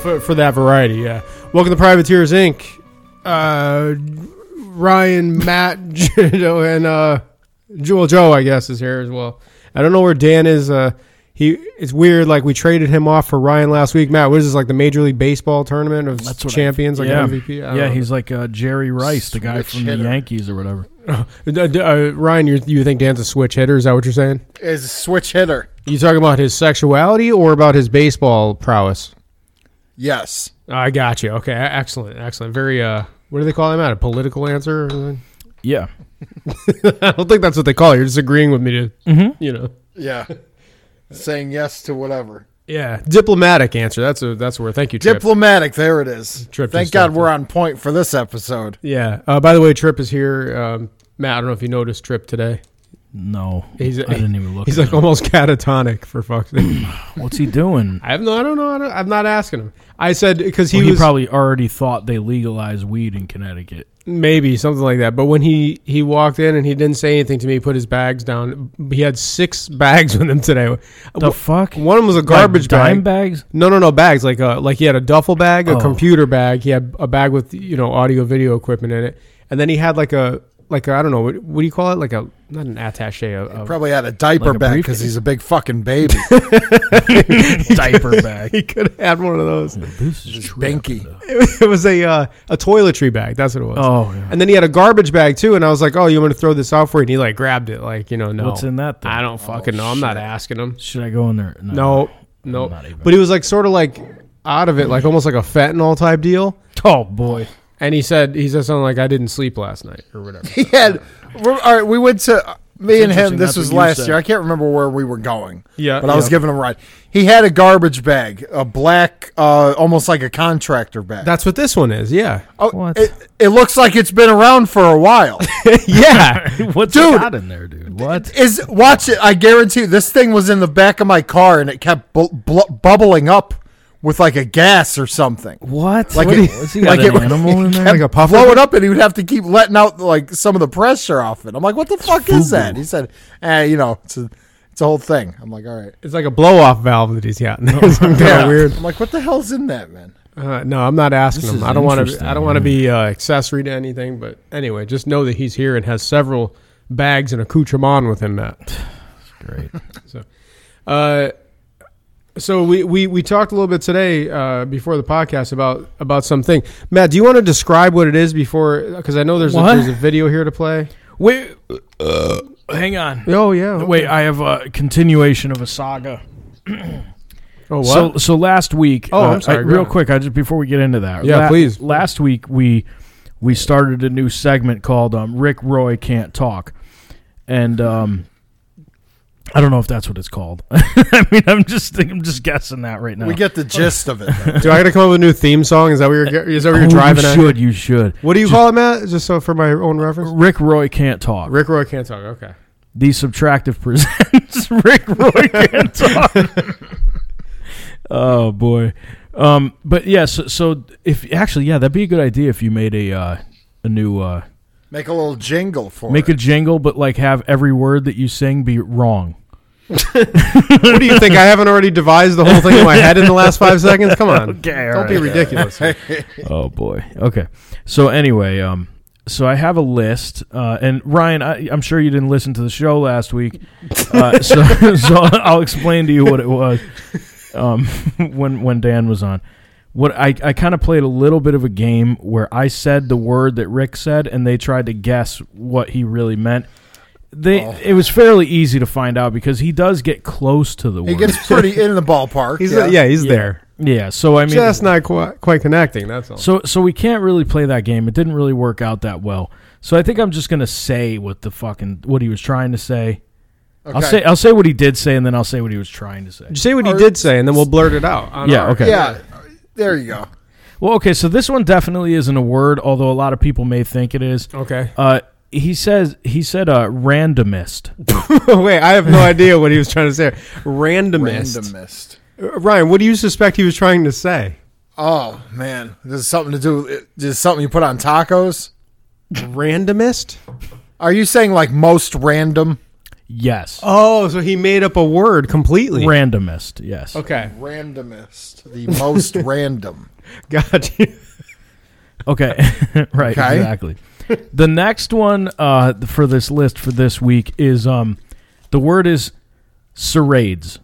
for, for that variety. Yeah. Welcome to Privateers Inc. Uh, Ryan, Matt, Joe, and uh, Joel Joe, I guess, is here as well. I don't know where Dan is. Uh, he it's weird. Like we traded him off for Ryan last week. Matt, what is this like the Major League Baseball tournament of That's what I- champions, like yeah. MVP? I yeah, don't he's like uh, Jerry Rice, the guy Switch from hitter. the Yankees or whatever. know. D- d- uh, Ryan, you you think Dan's a switch hitter? Is that what you're saying? Is a switch hitter. You talking about his sexuality or about his baseball prowess? Yes. I got you. Okay, e-, excellent, excellent. Very. uh What do they call him out? A political answer? Or something? Yeah, I don't think that's what they call it. You're just agreeing with me to, Mm-hmm. you know. Yeah. Saying yes to whatever. Yeah, diplomatic answer. That's a that's where. Thank you, Trip. Diplomatic. There it is. Trip Thank just God left we're on point for this episode. yeah. Uh, by the way, Trip is here. Um, Matt, I don't know if you noticed Trip today. no, He's- I didn't even look. He's at like him. almost catatonic for fuck's sake. what's he doing? I have no. I don't know. I don't, I'm not asking him. I said because he Well, he was probably already thought they legalized weed in Connecticut. maybe something like that. But when he he walked in and he didn't say anything to me, he put his bags down. He had six bags with him today. The fuck? One of them was a garbage like dime bag. bags. No, no, no bags. Like uh, like he had a duffel bag, a Oh. computer bag. He had a bag with you know audio video equipment in it, and then he had like a like a, I don't know what, what do you call it? Like a not an attaché. A, a- Probably had a diaper Like a bag because briefcase. he's a big fucking baby. diaper bag. he could have had one of those. This is Binky. It was a uh, a toiletry bag. That's what it was. Oh, yeah. And then he had a garbage bag too, and I was like, "Oh, you want to throw this off for?" you?" And he like grabbed it, like you know, no. What's in that? Oh, Thing? I don't fucking know. I'm not asking him. Should I go in there? No, no. Not even. But he was like sort of like out of it, like almost like a fentanyl type deal. Oh boy. And he said he said something like, "I didn't sleep last night" or whatever. he had. We're, all right, we went to uh, me and him. interesting This that's was what you last said. year. I can't remember where we were going. Yeah, but I was yeah. giving him a ride. He had a garbage bag, a black, uh, almost like a contractor bag. That's what this one is. Yeah. oh, What? It, it looks like it's been around for a while. yeah. What's Dude. got in there, dude? What? Is watch it. I guarantee you, this thing was in the back of my car and it kept bu- bl- bubbling up with like a gas or something. What? Like What it- do you- what's he got like an it- animal in there? Like a puffer? Blow it up, and he would have to keep letting out like some of the pressure off it. I'm like, what the fuck is that? He said, eh, you know, it's a, it's a whole thing. I'm like, all right, It's like a blow off valve that he's got. It's kind of Oh, weird. I'm like, what the hell's in that, man? Uh, no, I'm not asking This him. is I don't want to. interesting, I don't want to be uh, accessory to anything. But anyway, just know that he's here and has several bags and accoutrement with him, Matt. Great. Uh, so we, we, we talked a little bit today uh, before the podcast about about something. Matt, do you want to describe what it is before? Because I know there's a, What? there's a video here to play. Wait. uh, hang on. Oh yeah. Wait, I have a continuation of a saga. Oh what? So, so last week. uh, Oh, I'm I- sorry, go real ahead. quick, I just before we get into that. Yeah, please. Last week we we started a new segment called um, "Rick Roy Can't Talk," and um, I don't know if that's what it's called. I mean, I'm just I'm just guessing that right now. We get the gist of it. though. do I got to come up with a new theme song? Is that what you're? Is that what Oh, you're driving You at? should. You should. What do you call it, Matt? Just so for my own reference. Rick Roy can't talk. Rick Roy can't talk. Okay. The Subtractive presents Rick Roy Can't Talk. oh boy, um, but yeah. So, so if actually, yeah, that'd be a good idea if you made a uh, a new uh, Make a little jingle for make a it. jingle, but like have every word that you sing be wrong. What do you think? I haven't already devised the whole thing in my head in the last five seconds. Come on. Don't be ridiculous. oh boy. Okay. So anyway, um, so I have a list, uh, and Ryan, I, I'm sure you didn't listen to the show last week, uh, so so I'll explain to you what it was um, when when Dan was on. What I, I kind of played a little bit of a game where I said the word that Rick said, and they tried to guess what he really meant. They Oh. it was fairly easy to find out because he does get close to the He word. gets pretty in the ballpark. He's yeah. yeah, he's there. yeah, so I mean, Just not quite, quite connecting. That's all. so so we can't really play that game. It didn't really work out that well. So I think I'm just gonna say what the fucking what he was trying to say. I'll Okay. say I'll say what he did say, and then I'll say what he was trying to say. Say what he Or- did say, and then we'll blurt it out. on Yeah, our- okay. Yeah, there you go. Well, okay. So this one definitely isn't a word, although a lot of people may think it is. Okay. Uh, he says he said uh, randomist. Wait, I have no idea what he was trying to say. Randomist. Randomist. Uh, Ryan, what do you suspect he was trying to say? Oh man, this is something to do. With, this is something you put on tacos. Randomist? Are you saying like most random? Yes. Oh, so he made up a word completely. Randomist. Yes. Okay. Okay, Randomist, the most random. got you. right. Okay. Exactly. the next one uh, for this list for this week is um, the word is serrades.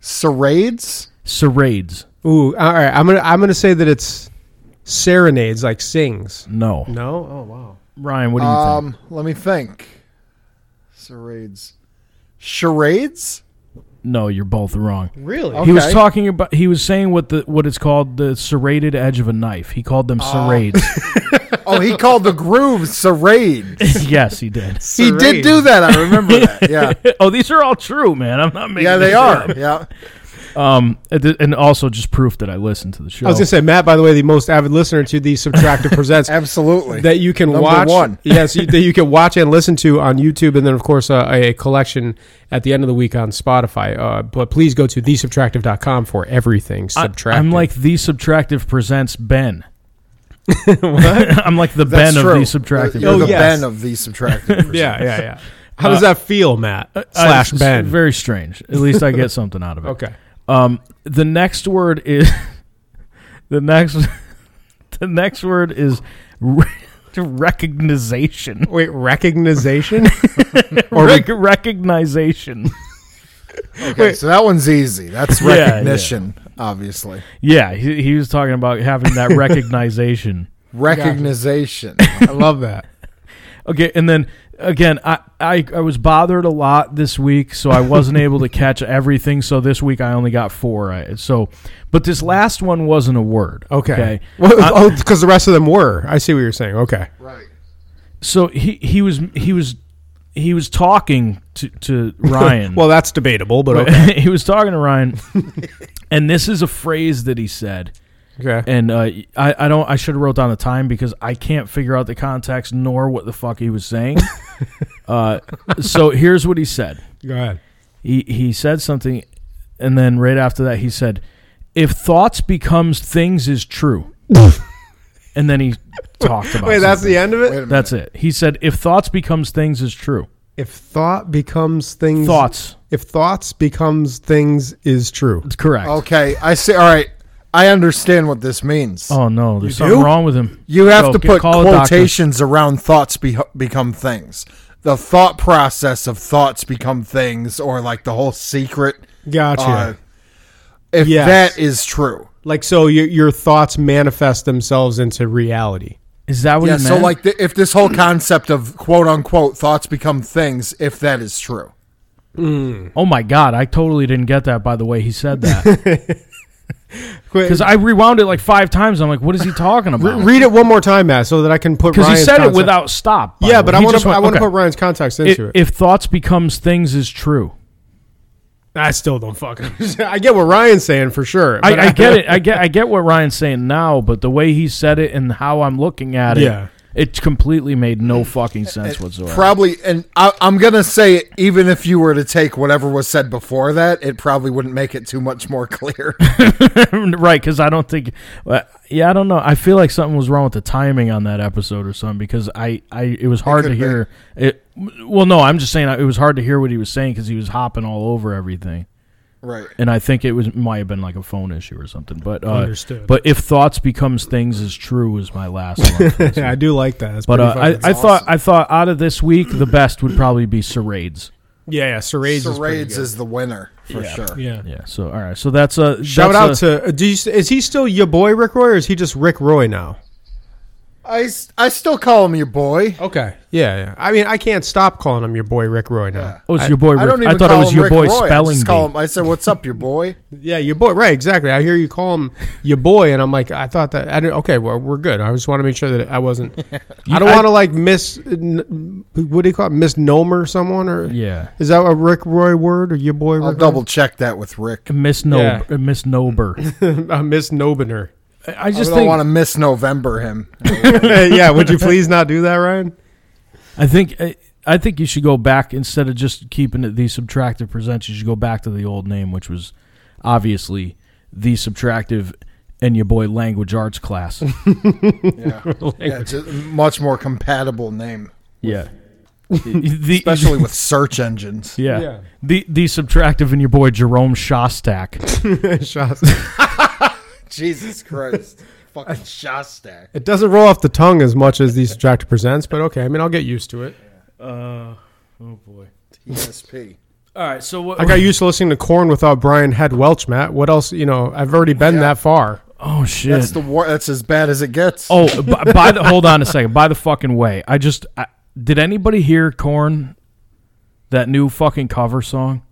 Serrades? Serrades. Ooh, all right. I'm gonna I'm gonna say that it's serenades, like sings. No. No. Oh wow. Ryan, what do you think? Um, let me think. Serrades. Charades? No, you're both wrong. Really? He was Okay. talking about. He was saying what the what it's called the serrated edge of a knife. He called them Ah. serrades. Oh, he called the groove serrades. yes, he did. He did do that. I remember that. Yeah. oh, these are all true, man. I'm not making. Yeah, they this up. are. Yeah. Um, and th- and also just proof that I listened to the show. I was gonna say Matt, by the way, the most avid listener to the Subtractive Presents. Absolutely. That you can Number watch, one. yes, you, that you can watch and listen to on YouTube, and then of course uh, a collection at the end of the week on Spotify. Uh, but please go to thesubtractive.com for everything subtractive. I, am like the subtractive presents Ben. what? I'm like the That's Ben true. of the subtractive. You're Oh, the yes. Ben of the subtractive. yeah, yeah, yeah. How does that feel, Matt Uh, slash it's Ben? Very strange. At least I get something out of it. okay, Um, the next word is the next. The next word is re- recognition wait, recognition or Rec- recognition. Okay, so that one's easy. That's Yeah, yeah. recognition, obviously. Yeah, he, he was talking about having that recognition. Recognition. I love that. Okay, and then again, I, I I was bothered a lot this week, so I wasn't able to catch everything. So this week I only got four. I, so, but this last one wasn't a word. Okay. Uh, Well, because the rest of them were. I see what you're saying. Okay. right. So he he was he was he was talking to to Ryan. Well, that's debatable, but okay. he was talking to Ryan, and this is a phrase that he said. okay. And uh, I, I don't I should have wrote down the time because I can't figure out the context nor what the fuck he was saying. uh, so here's what he said. Go ahead. he he said something and then right after that he said if thoughts becomes things is true and then he talked about Wait, that's something. the end of Wait a minute. it. that's it he said if thoughts becomes things is true If thought becomes things, thoughts If thoughts becomes things, is true. it's correct Okay, I see. All right. I understand what this means. oh no there's something do? wrong with him You have So to get- put call a doctor. quotations around thoughts be- become things. The thought process of thoughts become things, or like the whole secret. Gotcha. uh, if Yes. that is true. like so, your your thoughts manifest themselves into reality. is that what Yeah, he so meant like the, if this whole concept of quote unquote thoughts become things, if that is true. oh my god i totally didn't get that by the way he said that because i rewound it like five times i'm like what is he talking about Read it one more time, Matt, so that I can put. because he Ryan's said it context- without stop by Yeah, the way. but I He want just to. I went, want to okay. put Ryan's context if, into it. if thoughts becomes things is true I still don't fucking. understand. I get what Ryan's saying for sure. but I, I get it. I get. I get what Ryan's saying now, but the way he said it and how I'm looking at it, Yeah. it completely made no fucking sense whatsoever. Probably, and I, I'm gonna say even if you were to take whatever was said before that, it probably wouldn't make it too much more clear. right? Because I don't think. uh, Yeah, I don't know. I feel like something was wrong with the timing on that episode or something because I, I it was hard to could be. hear. It. Well, no, I'm just saying it was hard to hear what he was saying because he was hopping all over everything. right. And I think it was might have been like a phone issue or something, but uh, Understood. But if thoughts becomes things is true was my last one. for this Yeah, I do like that. That's But pretty uh, fucking- I, I thought I thought out of this week the best would probably be charades. yeah, yeah, Serades is pretty Serades good. is the winner for sure. yeah. Yeah. So all right. So that's a Shout out that's uh, to uh, do you, is he still your boy Rick Roy or is he just Rick Roy now? I, s- I still call him your boy. Oh, Okay. Yeah, yeah. I mean, I can't stop calling him your boy Rick Roy now. a, oh, it's your boy. Rick. I I, don't even thought it call was him your Rick boy Roy. I spelling just bee. call him. I said, "What's up, your boy?" Yeah, your boy. Right, exactly. I hear you call him your boy, and I'm like, I thought that. I didn't, okay, well, we're good. I just want to make sure that I wasn't. I don't I- want to like miss. n- What do you call it? Misnomer someone or Yeah. Is that a Rick Roy word or your boy? I'll Rick double check that with Rick. Miss Yeah. Nob uh Miss Nober. Roy? a misnobener. I I just don't think want to miss November him. yeah, would you please not do that, Ryan? I think I, I think you should go back instead of just keeping it the subtractive presents. You should go back to the old name, which was obviously the subtractive and your boy language arts class. yeah, it's a much more compatible name. yeah. the, especially with search engines. yeah, Yeah. the the subtractive in your boy Jerome Shostak. Shots. Jesus Christ. Fucking Shostak. It doesn't roll off the tongue as much as the subtractive presents, but okay. I mean, I'll get used to it. Uh, oh boy. ESP. All right, so what? I got used to listening to Corn without Brian Head Welch, Matt. What else? You know, I've already been Yeah. that far. oh shit. That's the war. That's as bad as it gets. oh, by, by the hold on a second. By the fucking way, I just I, did anybody hear Corn that new fucking cover song?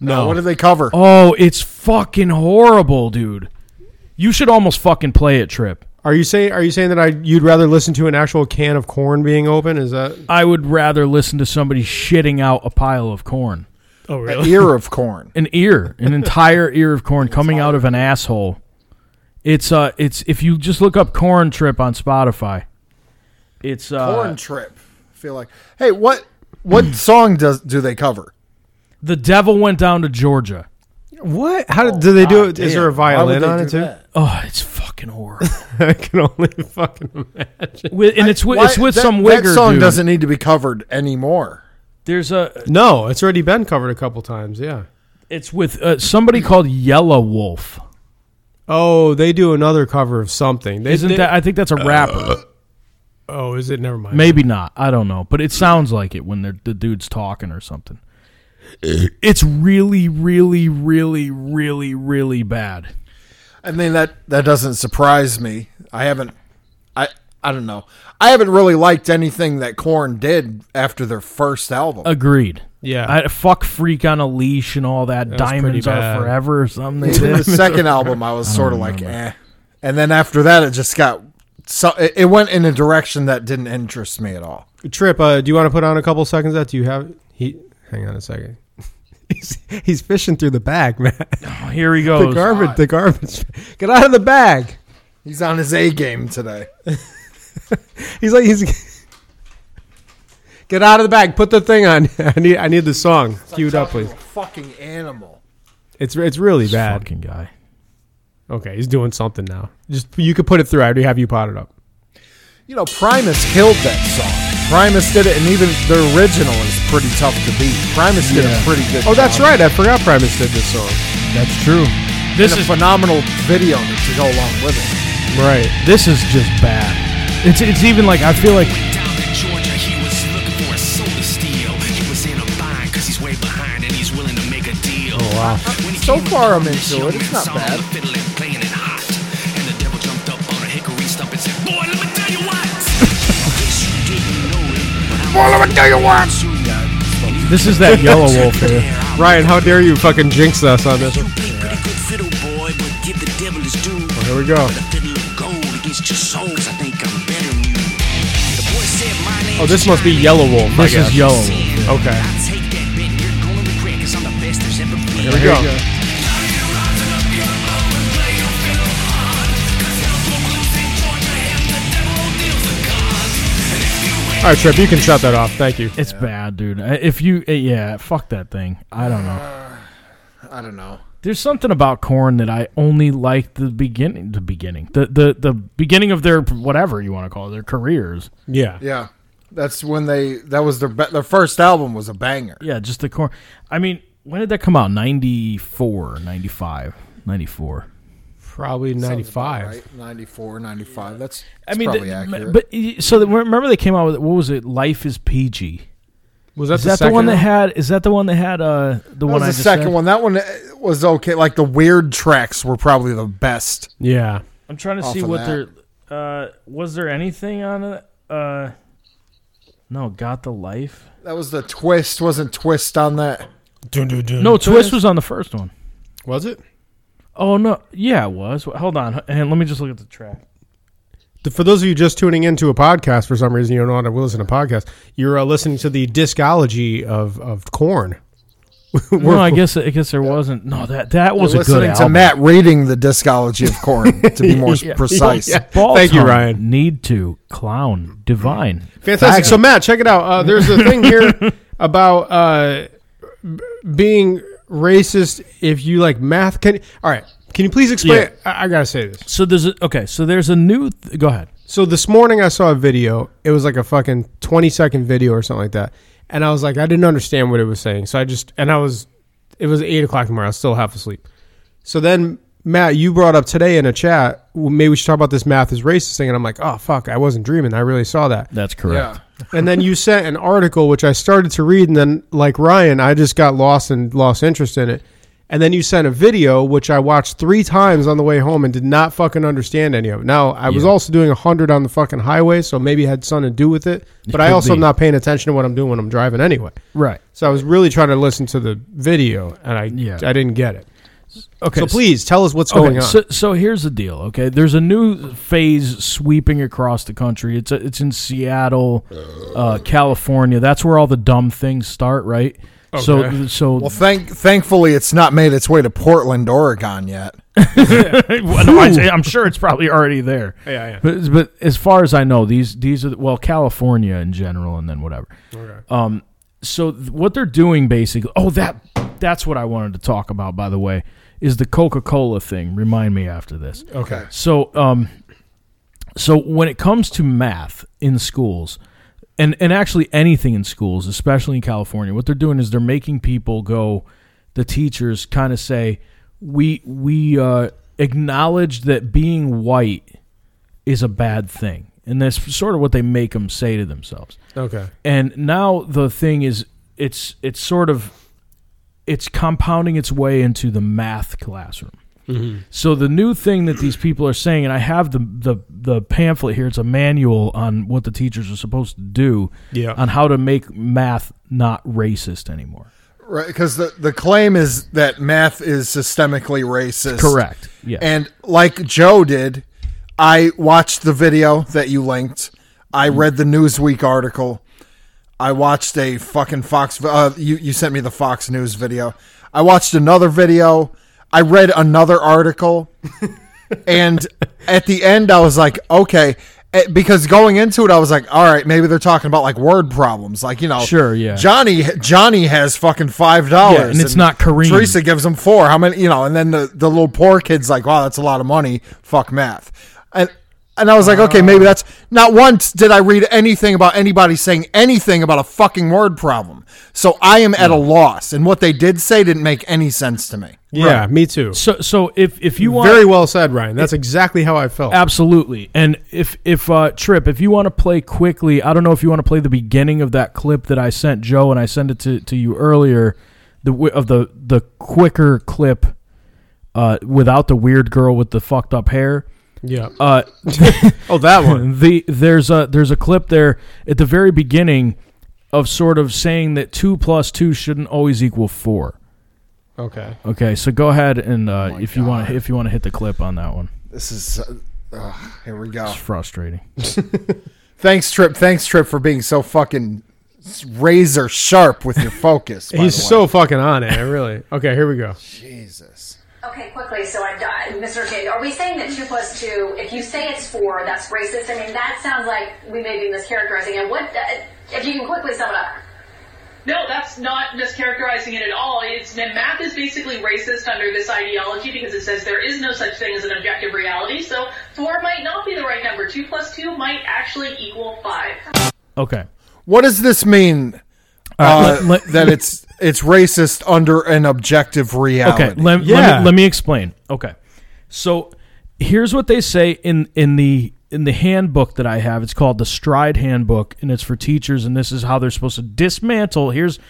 no. What do they cover? Oh, it's fucking horrible, dude. You should almost fucking play it, Trip. Are you saying? Are you saying that I you'd rather listen to an actual can of corn being open? Is that? I would rather listen to somebody shitting out a pile of corn. Oh An ear of corn. An ear, an entire ear of corn coming out of an asshole. It's uh it's if you just look up corn trip on Spotify. It's uh Corn trip. I feel like. Hey, what what song does do they cover? The Devil Went Down to Georgia. What? How did, do they do it? Is there a Oh, Why would violin they on do it too? that? Oh, it's fucking horrible. I can only fucking imagine. with, and it's with, it's Why- with that- some wigger That song dude. doesn't need to be covered anymore. There's a No, it's already been covered a couple times. Yeah. it's with uh, somebody called Yellow Wolf. Oh, they do another cover of something. They, Isn't they- that I think that's a rapper. Oh, is it? Never mind. Maybe not. I don't know. But it sounds like it when they're, the dude's talking or something. It's really, really, really, really, really bad. I mean that that doesn't surprise me. I haven't I I don't know. I haven't really liked anything that Korn did after their first album. Agreed. Yeah. I, fuck freak on a leash and all that. was pretty Diamonds are bad. forever or something. They the did. second album I was sort of like eh. And then after that it just got so it, it went in a direction that didn't interest me at all. Trip, uh, do you want to put on a couple seconds? of That do you have? He, hang on a second. He's, he's fishing through the bag, man. Here he The goes. garbage, the garbage. Get out of the bag. He's on his A game today. He's like he's. Get out of the bag. Put the thing on. I need. I need the song queued up, please. Fucking animal. It's it's really bad. Fucking guy. Okay, he's doing something now. Just you could put it through. I already have you potted up. You know, Primus killed that song. Primus did it, and even the original is pretty tough to beat. Primus did a Yeah. pretty good. Oh, that's job. right. I forgot Primus did this song. That's true. This and a is phenomenal video to go along with it. Right. this is just bad. It's it's even like I feel like Went down to Georgia, he was looking for a soul to steal. He was in a bind because he's way behind and he's willing to make a deal. Oh, wow. So far I'm into it. It's not bad. Fiddling, playing it hot. And the devil jumped up on a hickory stump and said, Boy, let me tell you what. Boy, let me tell you what. this is that Yellow Wolf here. Ryan, how dare you fucking jinx us on this? You play pretty good fiddle, boy, but give the devil his due. Oh, Here we go. With a fiddle of gold against your soul, 'cause I think I'm better than you. The boy said, "My Oh, name's this must be Johnny." Yellow Wolf. I This guess. is Yellow Wolf. Okay. I take that bet and you're gonna regret 'cause I'm the best there's ever been. Here we go. All right, Trip, you can shut that off. Thank you. It's bad, dude. I- If you eh, yeah, fuck that thing. I don't know. I don't know. There's something about corn that I only liked the beginning, the beginning, the the the beginning of their whatever you want to call it, their careers. Yeah. Yeah, that's when they. That was their be- their first album was a banger. Yeah, just the corn. I mean, when did that come out? 94, 95, 94. Probably 95. right? 94, 95. That's, I that's mean, probably the- accurate. but eh, so the, remember they came out with what was it? Life is PG. Was that, Is the, that the, second one that had? Is that the one that had? Uh, the that one was I the just second said? one. That one uh, was okay. Like the weird tracks were probably the best. Yeah. I'm trying to off see of what their. that. Uh, was there anything on it? Uh, no, got the life. That was the twist. Wasn't twist on that? No, twist was on the first one. Was it? Oh no, yeah, it was. Wh- Hold on, h- and let me just look at the track. For those of you just tuning into a podcast, for some reason you don't know how to listen to podcasts, you're uh, listening to the discology of, of corn. No, I guess I guess there wasn't. No, that that was We're a good listening to album. Matt reading the discology of Corn to be more precise. Ball Thank you, Tongue, Ryan. Need to clown divine. Fantastic. So Matt, check it out. Uh, there's a thing here about uh, b- being racist if you like math. Can all right? Can you please explain? Yeah. I, I gotta say this. So there's a, okay. So there's a new. Th- go ahead. So this morning I saw a video. It was like a fucking 20 second video or something like that. And I was like, I didn't understand what it was saying. So I just, and I was, it was eight o'clock in the morning. I was still half asleep. So then, Matt, you brought up today in a chat, well, maybe we should talk about this math is racist thing. And I'm like, oh, fuck, I wasn't dreaming. I really saw that. That's correct. and then you sent an article, which I started to read. And then, like Ryan, I just got lost and lost interest in it. And then you sent a video, which I watched three times on the way home and did not fucking understand any of it. Now, I was Yeah. also doing 100 on the fucking highway, so maybe it had something to do with it. But I could also be. am not paying attention to what I'm doing when I'm driving anyway. Right. So I was really trying to listen to the video, and I, Yeah. I didn't get it. Okay. So s- please tell us what's okay, going on. So, so here's the deal. Okay, there's a new phase sweeping across the country. It's it's in Seattle, uh, California. That's where all the dumb things start, right? So Okay. so Well, thank thankfully it's not made its way to Portland, Oregon yet. no, I, am sure it's probably already there. Yeah, yeah. But, but as far as I know, these these are the- well California in general, and then whatever. Okay. Um. So th- what they're doing basically? Oh, that that's what I wanted to talk about. By the way, is the Coca Cola thing? Remind me after this. okay. So um, so when it comes to math in schools, and and actually anything in schools, especially in California, what they're doing is they're making people go. The teachers kind of say, "We we uh, acknowledge that being white is a bad thing," and that's sort of what they make them say to themselves. Okay. And now the thing is, it's it's sort of it's compounding its way into the math classroom. Mm-hmm. So the new thing that these people are saying, and I have the, the the pamphlet here. It's a manual on what the teachers are supposed to do Yeah. on how to make math not racist anymore. Right, because the, the claim is that math is systemically racist. Correct. Yeah. And like Joe did, I watched the video that you linked. I read the Newsweek article. I watched a fucking Fox. Uh, you you sent me the Fox News video. I watched another video. I read another article, and at the end, I was like, okay. Eh, Because going into it, I was like, "All right, maybe they're talking about like word problems, like you know, Sure, yeah. Johnny Johnny has fucking five dollars, Yeah, and it's not Kareem. Teresa gives him four. How many? You know, and then the, the little poor kid's like, "Wow, that's a lot of money. Fuck math." And and I was like, "Okay, maybe that's." Not once did I read anything about anybody saying anything about a fucking word problem. So I am at a loss, and what they did say didn't make any sense to me. Yeah, me too. so so if if you want Very well said, Ryan. That's exactly how I felt. Absolutely. And if if uh, Trip, if you want to play quickly, I don't know if you want to play the beginning of that clip that I sent Joe and I sent it to, to you earlier, the wi- of the the quicker clip uh, without the weird girl with the fucked up hair. Yeah. Uh, Oh, that one. the there's a there's a clip there at the very beginning of sort of saying that two plus two shouldn't always equal four. Okay. Okay, so go ahead and uh, Oh if you want if you want to hit the clip on that one, This is uh, ugh, here we go. it's frustrating. Thanks, Trip. Thanks, Trip, for being so fucking razor sharp with your focus. by He's the way. so fucking on it, really. Okay, here we go. Jesus. Okay, quickly. So, I, uh, Mr. King, are we saying that two plus two? If you say it's four, that's racist. I mean, that sounds like we may be mischaracterizing it. What uh, if you can quickly sum it up? No, that's not mischaracterizing it at all. It's math is basically racist under this ideology because it says there is no such thing as an objective reality. So four might not be the right number. Two plus two might actually equal five. Okay. What does this mean? All uh, right, let- let- that it's it's racist under an objective reality. Okay, let, let, Yeah. me, let me explain. Okay, so here's what they say in in the in the handbook that I have. It's called the Stride Handbook, and it's for teachers. And this is how they're supposed to dismantle. Here's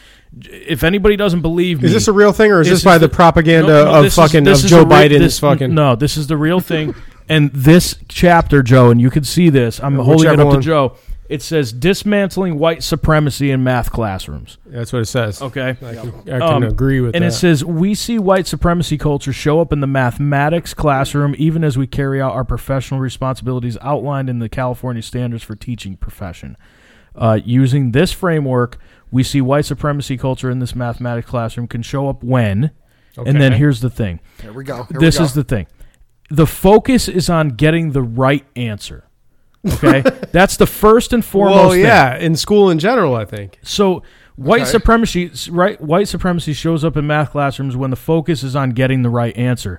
if anybody doesn't believe me, Is this a real thing, or is this, by the propaganda no, no, of this is- fucking this of is Joe a re- Biden's this- fucking? No, this is the real thing. and this chapter, Joe, and you can see this. I'm holding it whichever up to one. Joe. It says dismantling white supremacy in math classrooms. That's what it says. Okay. I can, I can Um, agree with and that. it says we see white supremacy culture show up in the mathematics classroom even as we carry out our professional responsibilities outlined in the california standards for teaching profession uh, using this framework we see white supremacy culture in this mathematics classroom can show up when and then Okay. here's the thing Here we go. Here this we go. is the thing the focus is on getting the right answer okay that's the first and foremost well, thing. yeah, in school in general, I think. So white Okay. supremacy, right? White supremacy shows up in math classrooms when the focus is on getting the right answer.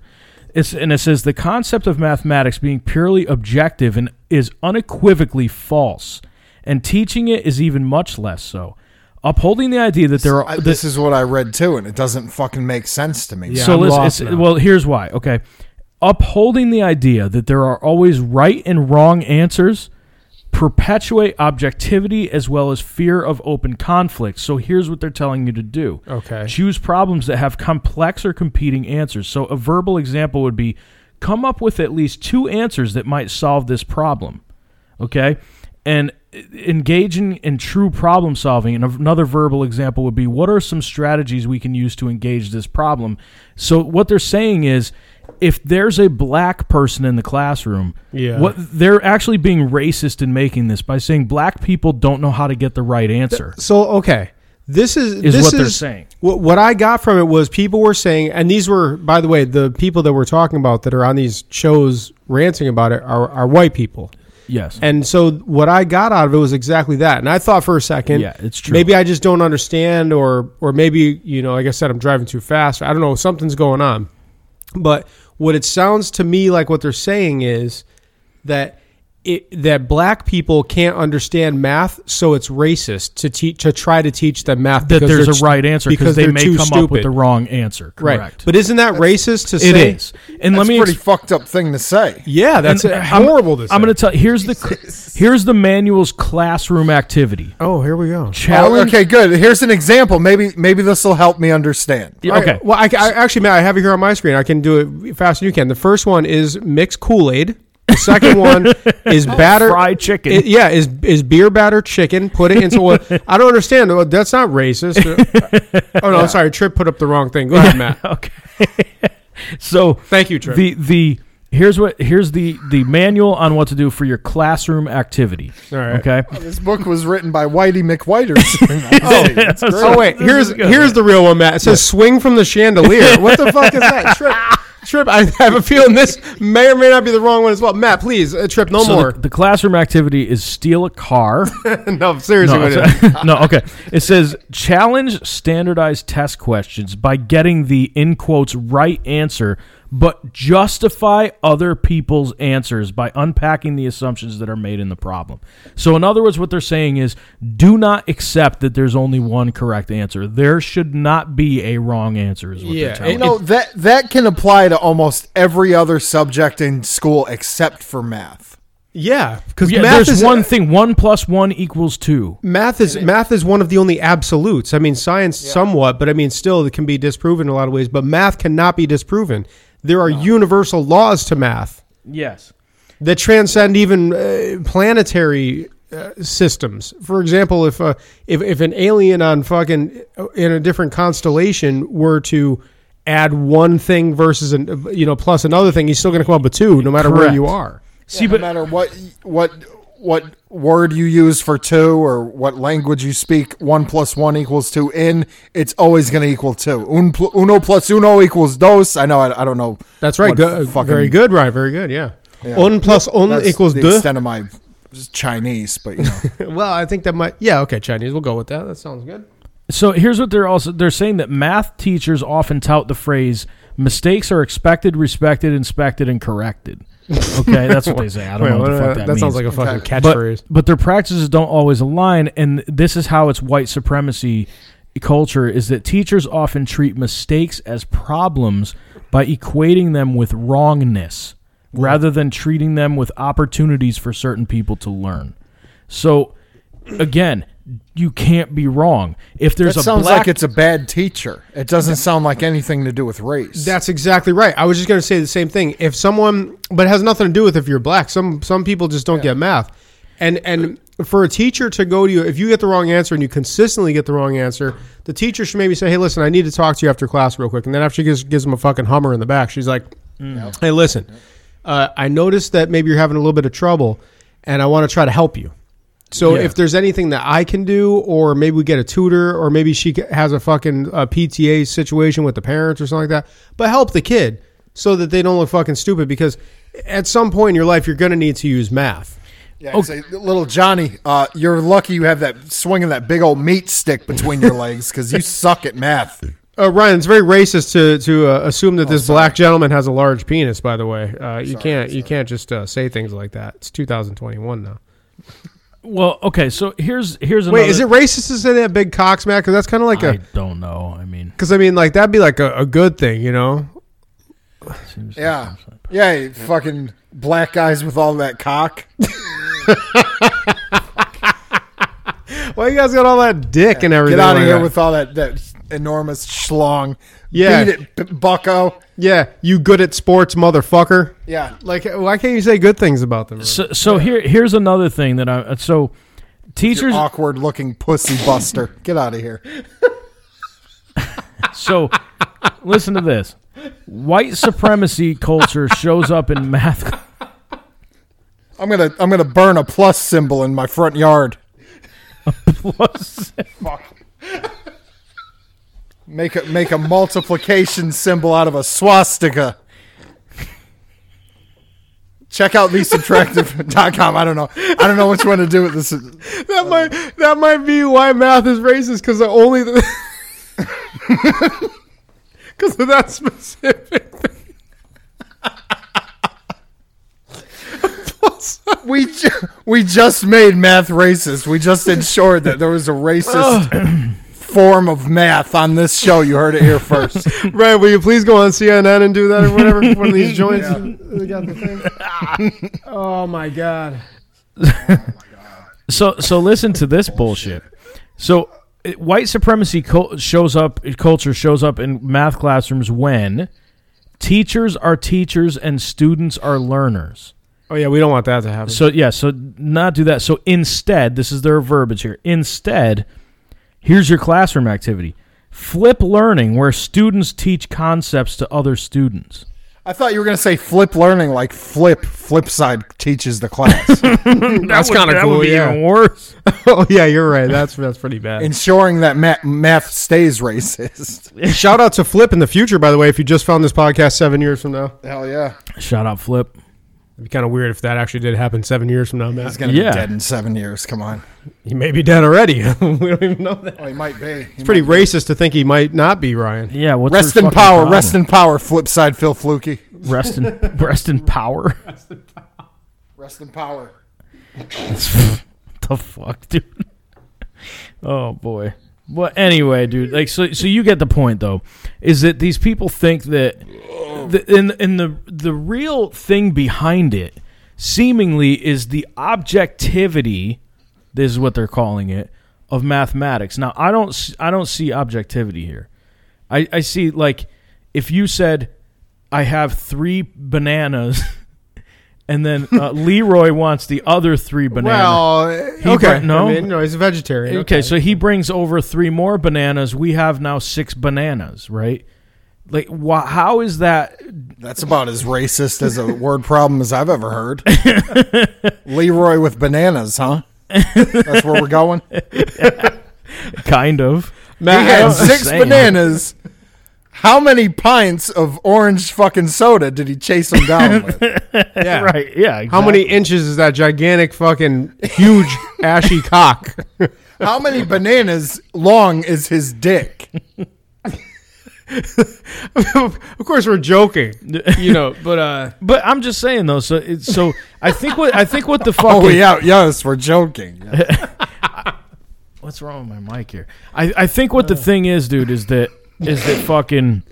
It's, and it says the concept of mathematics being purely objective and is unequivocally false, and teaching it is even much less so. Upholding the idea that there are I, this is what I read too, and it doesn't fucking make sense to me. Yeah. so I'm listen, lost it's- now. well, here's why. Okay, upholding the idea that there are always right and wrong answers perpetuate objectivity as well as fear of open conflict. So here's what they're telling you to do. Okay. Choose problems that have complex or competing answers. So a verbal example would be come up with at least two answers that might solve this problem. Okay? And engaging in true problem solving. And another verbal example would be what are some strategies we can use to engage this problem? So what they're saying is if there's a black person in the classroom, Yeah. what they're actually being racist in making this by saying black people don't know how to get the right answer. So okay, this is, Is this what they're saying. What, what I got from it was people were saying, and these were, by the way, the people that we're talking about that are on these shows ranting about it are, are white people. Yes. And so what I got out of it was exactly that. And I thought for a second, Yeah, it's true. Maybe I just don't understand, or or maybe you know, like I said, I'm driving too fast. I don't know, something's going on. But what it sounds to me like what they're saying is that it, that black people can't understand math, so it's racist to teach to try to teach them math that because there's they're a ch- right answer because they they're may too come up with stupid. the wrong answer. right. Correct. But isn't that racist to it say? is. And let That's me. a pretty ex- fucked up thing to say. Yeah, that's and uh, I'm- horrible. This I'm going to tell. Here's the cl- here's the manual's classroom activity Oh, here we go. Oh, challenge. okay, good. Here's an example. Maybe maybe this will help me understand. Yeah, All right, okay. Well, I, I actually, Matt, I have it here on my screen. I can do it faster than you can. The first one is mixed Kool Aid. The second one is batter fried chicken. It- yeah, is is beer batter chicken. Put it into a. I don't understand. Well, That's not racist. oh no, I'm sorry. Trip put up the wrong thing. Go ahead, Matt. So Thank you, Trip. the the here's what here's the the manual on what to do for your classroom activity. All right. Oh, Okay. This book was written by Whitey McWhiters. oh, that's great. oh wait, This here's is good. here's the real one, Matt. It says swing from the chandelier. What the fuck is that, Trip? Trip, I have a feeling this may or may not be the wrong one as well. Matt, please, uh, Trip, no So more. the, the classroom activity is steal a car. no, seriously, what it no, is. so- no, okay. It says challenge standardized test questions by getting the in quotes right answer, but justify other people's answers by unpacking the assumptions that are made in the problem. So, in other words, what they're saying is do not accept that there's only one correct answer. There should not be a wrong answer, is what Yeah, they're telling it- us. No, that that can apply to almost every other subject in school except for math. Yeah, because Yeah, math there's is one thing one plus one equals two. math is math is one of the only absolutes. I mean, science somewhat, but I mean, still, it can be disproven in a lot of ways. But math cannot be disproven. There are universal laws to math Yes. that transcend even uh, planetary uh, systems. For example, if, uh, if if an alien on fucking uh, in a different constellation were to add one thing versus an you know plus another thing, he's still going to come up with two, no matter where Correct. you are. See, no but matter what what what word you use for two or what language you speak, one plus one equals two. In it's always going to equal two. Un pl- uno plus uno equals dos. I know. I, I don't know. That's right. what Go, fucking- very good, right? Very good. Yeah. One plus one That's equals the deux. extent of my Chinese, but you know. Well, I think that might. Yeah, okay, Chinese. We'll go with that. That sounds good. So here's what they're also they're saying that math teachers often tout the phrase mistakes are expected, respected, inspected, and corrected. Okay, that's what they say. I don't know what the fuck that, means. uh, sounds like a fucking but, catchphrase. but their practices don't always align, and this is how it's white supremacy culture is that teachers often treat mistakes as problems by equating them with wrongness rather than treating them with opportunities for certain people to learn. So again, you can't be wrong. If there's That a sounds black like it's a bad teacher. It doesn't sound like anything to do with race. That's exactly right. I was just going to say the same thing. If someone, but it has nothing to do with if you're black. Some some people just don't get math, and and for a teacher to go to you, if you get the wrong answer and you consistently get the wrong answer, the teacher should maybe say, "Hey, listen, I need to talk to you after class real quick." And then after she gives gives him a fucking hummer in the back, she's like, Mm. "Hey, listen, uh, I noticed that maybe you're having a little bit of trouble, and I want to try to help you." So if there's anything that I can do, or maybe we get a tutor, or maybe she ca- has a fucking uh, PTA situation with the parents or something like that, but help the kid so that they don't look fucking stupid because at some point in your life you're gonna need to use math. Yeah, say, little Johnny, uh, you're lucky you have that swinging that big old meat stick between your legs because you suck at math. Uh, Ryan, it's very racist to to uh, assume Oh, that this black gentleman has a large penis. By the way, uh, you can't you can't just uh, say things like that. It's 2021 now. Well, okay. So here's here's another. Wait, is it racist to say that big cocks, Matt? Because that's kind of like I a don't know. I mean, because I mean like that'd be like a, a good thing, you know? seems Yeah. Yeah, you fucking black guys with all that cock. Why you guys got all that dick and everything? Get out of like here that? with all that, that enormous schlong. Yeah. Beat it, b- bucko. yeah, you good at sports, motherfucker. Yeah. Like, why can't you say good things about them? So, so here here's another thing that I so teachers Awkward looking pussy buster. Get out of here. so listen to this. White supremacy culture shows up in math. I'm gonna I'm gonna burn a plus symbol in my front yard. class. Make a make a multiplication symbol out of a swastika. Check out leastabtractive.com. I don't know. I don't know which one to do with this. that might that might be why math is racist because only because of that specific. We ju- we just made math racist. We just ensured that there was a racist form of math on this show. You heard it here first. Right? Will you please go on CNN and do that or whatever? One of these joints. They got the thing. oh my god! So so listen to this bullshit. So it- white supremacy cul shows up culture shows up in math classrooms when teachers are teachers and students are learners. Oh yeah, we don't want that to happen. So yeah, so not do that. So instead, this is their verbiage here. Instead, here's your classroom activity. Flip learning where students teach concepts to other students. I thought you were gonna say flip learning, like flip flipside teaches the class, that's kind of cool. even Yeah. worse. oh yeah, you're right. That's that's pretty bad. ensuring that ma- math stays racist. Shout out to Flip in the future, by the way. If you just found this podcast seven years from now, it'd Hell yeah. Shout out Flip. be kind of weird if that actually did happen seven years from now. Matt, He's gonna Yeah. be dead in seven years. Come on. he may be dead already. we don't even know that. Oh, he might be. It's Pretty racist to think he might not be Ryan. Yeah, what's Rest your in fucking power. problem? Rest in power. Flipside Phil Fluky. rest in rest in power. Rest in power. the fuck, dude? Oh boy. Well, anyway, dude. Like, so, so you get the point, though, is that these people think that, the, and and the the real thing behind it, seemingly, is the objectivity. This is what they're calling it of mathematics. Now, I don't s- I don't see objectivity here. I I see like if you said, I have three bananas, and then uh, Leroy wants the other three bananas. Well, okay, br- no? I mean, no, he's a vegetarian. Okay, so he brings over three more bananas. We have now six bananas, right? Like, wh- how is that? That's about as racist as a word problem as I've ever heard. Leroy with bananas, huh? That's where we're going. He Kind of. Matt, I had don't- six Same. bananas. How many pints of orange fucking soda did he chase him down with? yeah. Right. Yeah. How many inches is that gigantic fucking huge ashy cock? How many bananas long is his dick? of course, we're joking, you know. But uh, But I'm just saying though. So, it's, so I think what I think what the fuck. Oh, yeah, yes, we're joking. What's wrong with my mic here? I, I think what the thing is, dude, is that is that fucking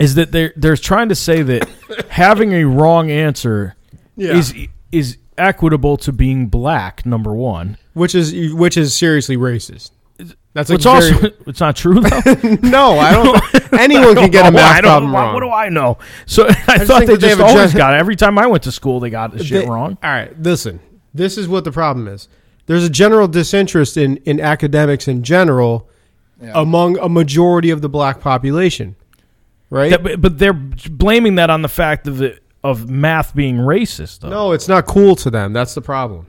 is that they're they're trying to say that having a wrong answer yeah, is is equitable to being black. Number one. which is which is seriously racist. That's like It's also very- it's not true though. no. I don't. Anyone can get a know. math I don't- problem why- wrong. What do I know? So I, thought think they that they just have a always gen- got it. Every time I went to school, they got the shit They- wrong. All right, listen. This is what the problem is. There's a general disinterest in in academics in general among a majority of the black population, right? That- but, but they're blaming that on the fact of the, of math being racist. Though. No, it's not cool to them. That's the problem.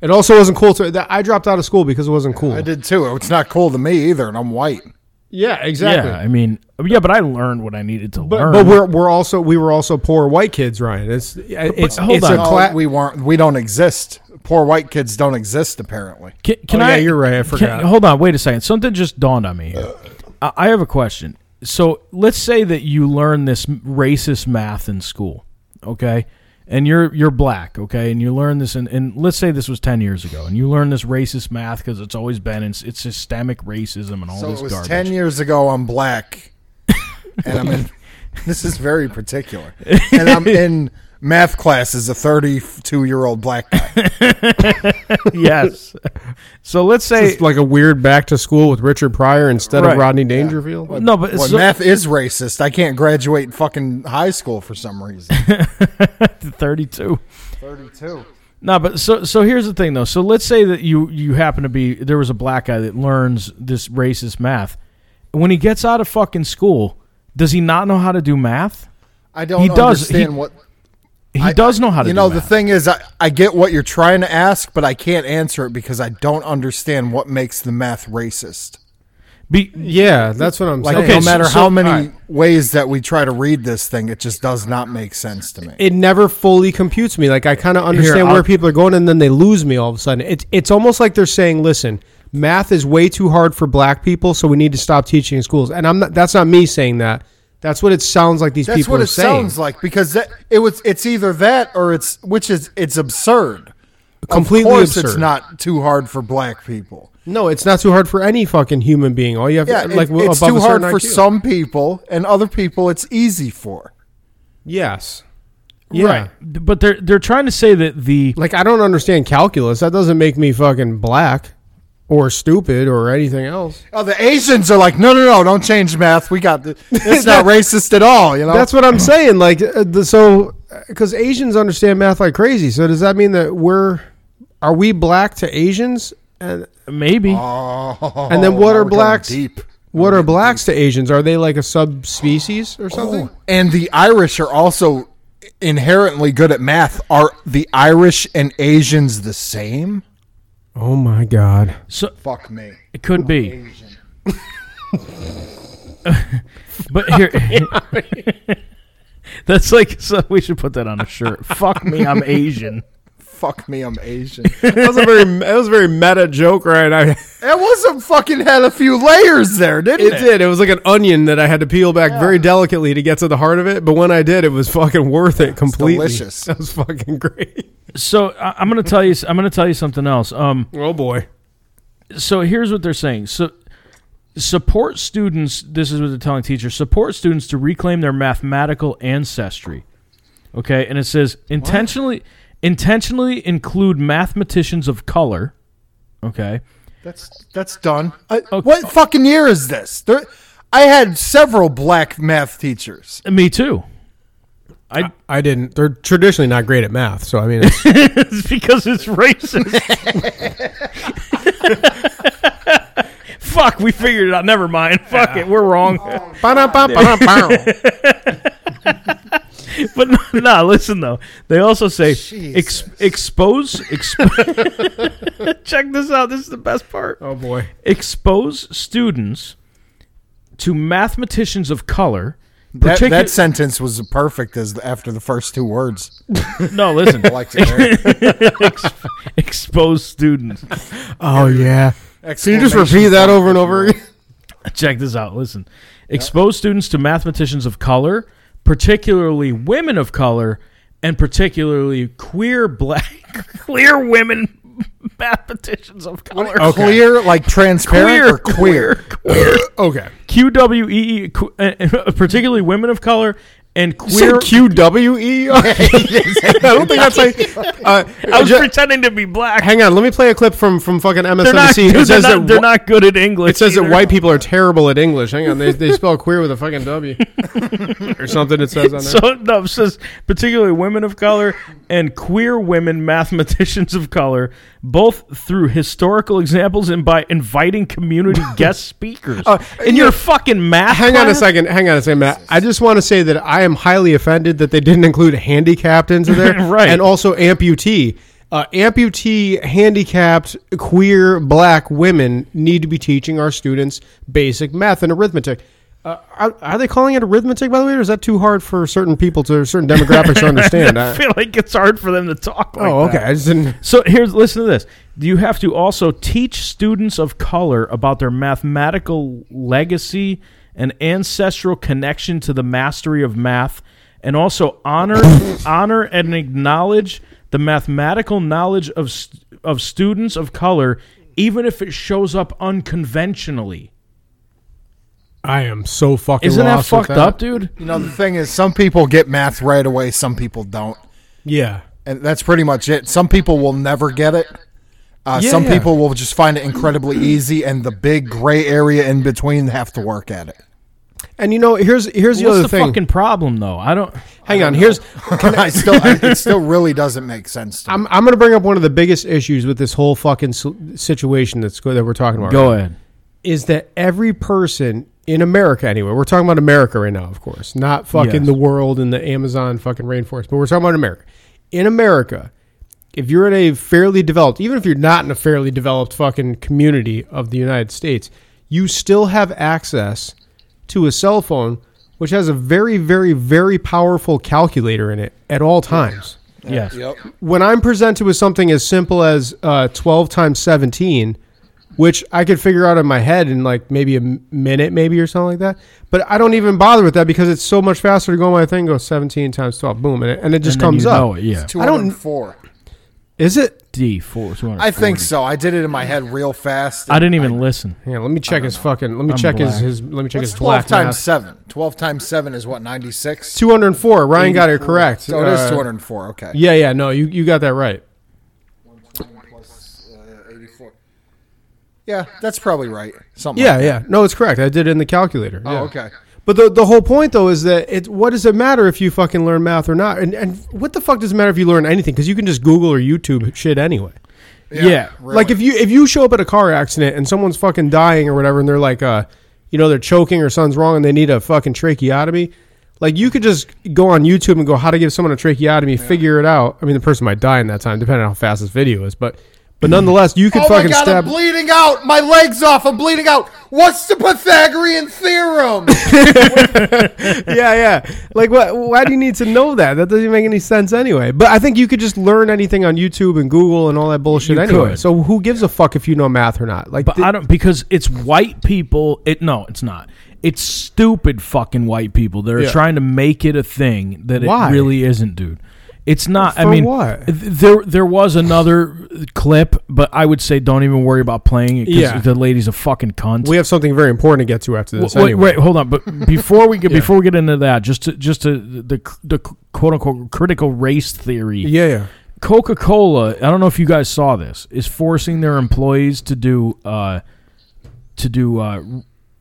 It also wasn't cool to that. I dropped out of school because it wasn't cool. I did too. It's not cool to me either, and I'm white. Yeah, exactly. yeah, I mean, yeah, but I learned what I needed to but learn. but we're we're also we were also poor white kids, Ryan. It's it's, hold it's on. a No, cla- we weren't. We don't exist. Poor white kids don't exist. Apparently, can, can Oh, yeah, I? you're right. I can- forgot. Uh. hold on, wait a second. Something just dawned on me. Here. I, I have a question. so let's say that you learn this m- racist math in school, okay? And you're you're black, okay? And you learn this, in, and let's say this was ten years ago, and you learn this racist math because it's always been it's, it's systemic racism and all So this it was garbage. ten years ago. I'm black, and I'm in. This is very particular, and I'm in math class as a 32 year old black guy. yes. so let's say It's like a weird back to school with Richard Pryor instead Right. of Rodney Dangerfield. no, but Well, so- math is racist. I can't graduate fucking high school for some reason. 32. 32. No, but so so here's the thing though. So let's say that you you happen to be there was a black guy that learns this racist math. When he gets out of fucking school, does he not know how to do math? I don't He does. understand He- what He I- does know how to. You do know, the math. thing is, I, I get what you're trying to ask, but I can't answer it because I don't understand what makes the math racist. Be, Yeah, that's what I'm Like, saying. Okay, no matter so- how so- many alright. ways that we try to read this thing, it just does not make sense to me. it never fully computes me. Like I kind of understand I'll- where people are going, and then they lose me all of a sudden. It's it's almost like they're saying, "Listen, math is way too hard for black people, so we need to stop teaching in schools." And I'm not. That's not me saying that. That's what it sounds like. These That's people what are it saying. sounds like because that, it was. It's either that or it's which is it's absurd. Completely of course absurd. It's not too hard for black people. No, it's not too hard for any fucking human being. All you have, Yeah, to, like, it- w- it's above too a hard certain for IQ. some people, and other people it's easy for. Yes. Yeah. Right. But they're they're trying to say that the Like I don't understand calculus. That doesn't make me fucking black or stupid or anything else. Oh, the Asians are like, no, no, no, don't change math. We got this. It's not racist at all. You know, That's what I'm saying. Like, uh, the, so because Asians understand math like crazy. So does that mean that we're are we black to Asians? And maybe Oh, and then what now are we're going blacks? deep. What are blacks to Asians? Are they like a subspecies or something? and the Irish are also inherently good at math. Are the Irish and Asians the same? Oh my god! Fuck me. it could be. but here That's like so we should put that on a shirt. Fuck me, I'm Asian. Fuck me. I'm Asian. That was a very that was a very meta joke, right? I, That was a fucking had a few layers there, didn't it it? did. It was like an onion that I had to peel back very delicately to get to the heart of it. But when I did, it was fucking worth it completely. delicious. That was fucking great. So I, I'm gonna tell you s- I'm gonna tell you something else. Um Oh boy. so here's what they're saying. So support students. This is what they're telling teachers. Support students to reclaim their mathematical ancestry. Okay, and it says intentionally intentionally include mathematicians of color. Okay, That's that's done. I, What fucking year is this? There, I had several black math teachers. And me too. I I didn't. They're traditionally not great at math, so I mean, it's, it's because it's racist. Fuck, we figured it out. Never mind. Fuck it, we're wrong. but no, nah, listen though. They also say ex- expose. Exp- Check this out. This is the best part. oh boy. Expose students to mathematicians of color. That, particu- that sentence was perfect as the, after the first two words. no, listen. Like there. Ex- expose students. Oh yeah. Can you just repeat that over and over again? Check this out. Listen. Expose students to mathematicians of color, particularly women of color, and particularly queer black, queer women mathematicians of color. Clear, like transparent or queer. Okay. Q W E E, qu- uh, uh, particularly women of color and queer. I Q W E. I don't think that's like. Uh, was ju- pretending to be black. hang on, let me play a clip from from fucking they're not, MSNBC. dude, it they're, says not, that they're wh- not good at English. it says that either. white people are terrible at English. Hang on, they, they spell queer with a fucking W or something. It says on there. So no, it says particularly women of color and queer women mathematicians of color, both through historical examples and by inviting community guest speakers. in your fucking math. Uh, Hang on a class? second. Hang on a second, Matt. I just want to say that I am highly offended that they didn't include handicapped into there, Right. And also amputee. Uh, amputee, handicapped, queer, black women need to be teaching our students basic math and arithmetic. Uh, are, are they calling it arithmetic, by the way, or is that too hard for certain people to certain demographics to understand? I I, feel like it's hard for them to talk like oh, that. okay. I just didn't. So here's listen to this. You have to also teach students of color about their mathematical legacy an ancestral connection to the mastery of math, and also honor honor and acknowledge the mathematical knowledge of st- of students of color, even if it shows up unconventionally. I am so fucking. Isn't that lost with fucked up, dude? You know, the thing is, some people get math right away, some people don't. Yeah. And that's pretty much it. Some people will never get it. Uh, Yeah, some yeah. people will just find it incredibly easy, and the big gray area in between have to work at it. And you know, here's here's the What's other the thing. fucking problem, though? I don't. Hang on. Here's I still, I, it still really doesn't make sense. To me. I'm I'm going to bring up one of the biggest issues with this whole fucking s- situation that's go- that we're talking about. Go ahead. is that every person in America anyway, we're talking about America right now, of course, not fucking Yes. the world and the Amazon fucking rainforest, but we're talking about America. In America, if you're in a fairly developed, even if you're not in a fairly developed fucking community of the United States, you still have access to a cell phone which has a very, very, very powerful calculator in it at all times Yes. when I'm presented with something as simple as uh, 12 times 17, which I could figure out in my head in like maybe a m- minute, maybe or something like that, but I don't even bother with that because it's so much faster to go on my thing, and go 17 times 12, boom, and it, and it just And then comes you up. know it, yeah. I don't- 204. Is it? D four. I think so. I did it in my head real fast. I didn't even listen. Yeah, let me check his fucking. Let me I'm check his, black. his. Let me check What's his 12 black. times math. 7? 12 times 7 is what, 96? 204. Ryan got it correct. So it is Uh, 204. Okay. Yeah, yeah, no, you, you got that right. Yeah, that's probably right. Something Yeah, like yeah, no, it's correct. I did it in the calculator. that. Oh, okay. But the, the whole point though is that it what does it matter if you fucking learn math or not? And and what the fuck does it matter if you learn anything? Because you can just Google or YouTube shit anyway. Yeah. Like if you if you show up at a car accident and someone's fucking dying or whatever, and they're like, uh, you know, they're choking or something's wrong, and they need a fucking tracheotomy. Like you could just go on YouTube and go how to give someone a tracheotomy, figure it out. I mean, the person might die in that time, depending on how fast this video is. But but nonetheless, you could Oh my fucking god, stab. I'm bleeding out! My leg's off! I'm bleeding out! What's the Pythagorean theorem? yeah, yeah. Like, what? Why do you need to know that? That doesn't make any sense anyway. But I think you could just learn anything on YouTube and Google and all that bullshit You anyway. could. So who gives a fuck if you know math or not? Like, But th- I don't because it's white people. It no, it's not. It's stupid fucking white people that are Yeah. trying to make it a thing that Why? it really isn't, dude. It's not. I For mean, what? th- there there was another clip, but I would say don't even worry about playing it because Yeah. the lady's a fucking cunt. we have something very important to get to after this. Wait, anyway. wait, hold on. But before we get before we get into that, just to, just to the the quote unquote critical race theory. Yeah, yeah. Coca Cola, I don't know if you guys saw this, is forcing their employees to do uh, to do uh,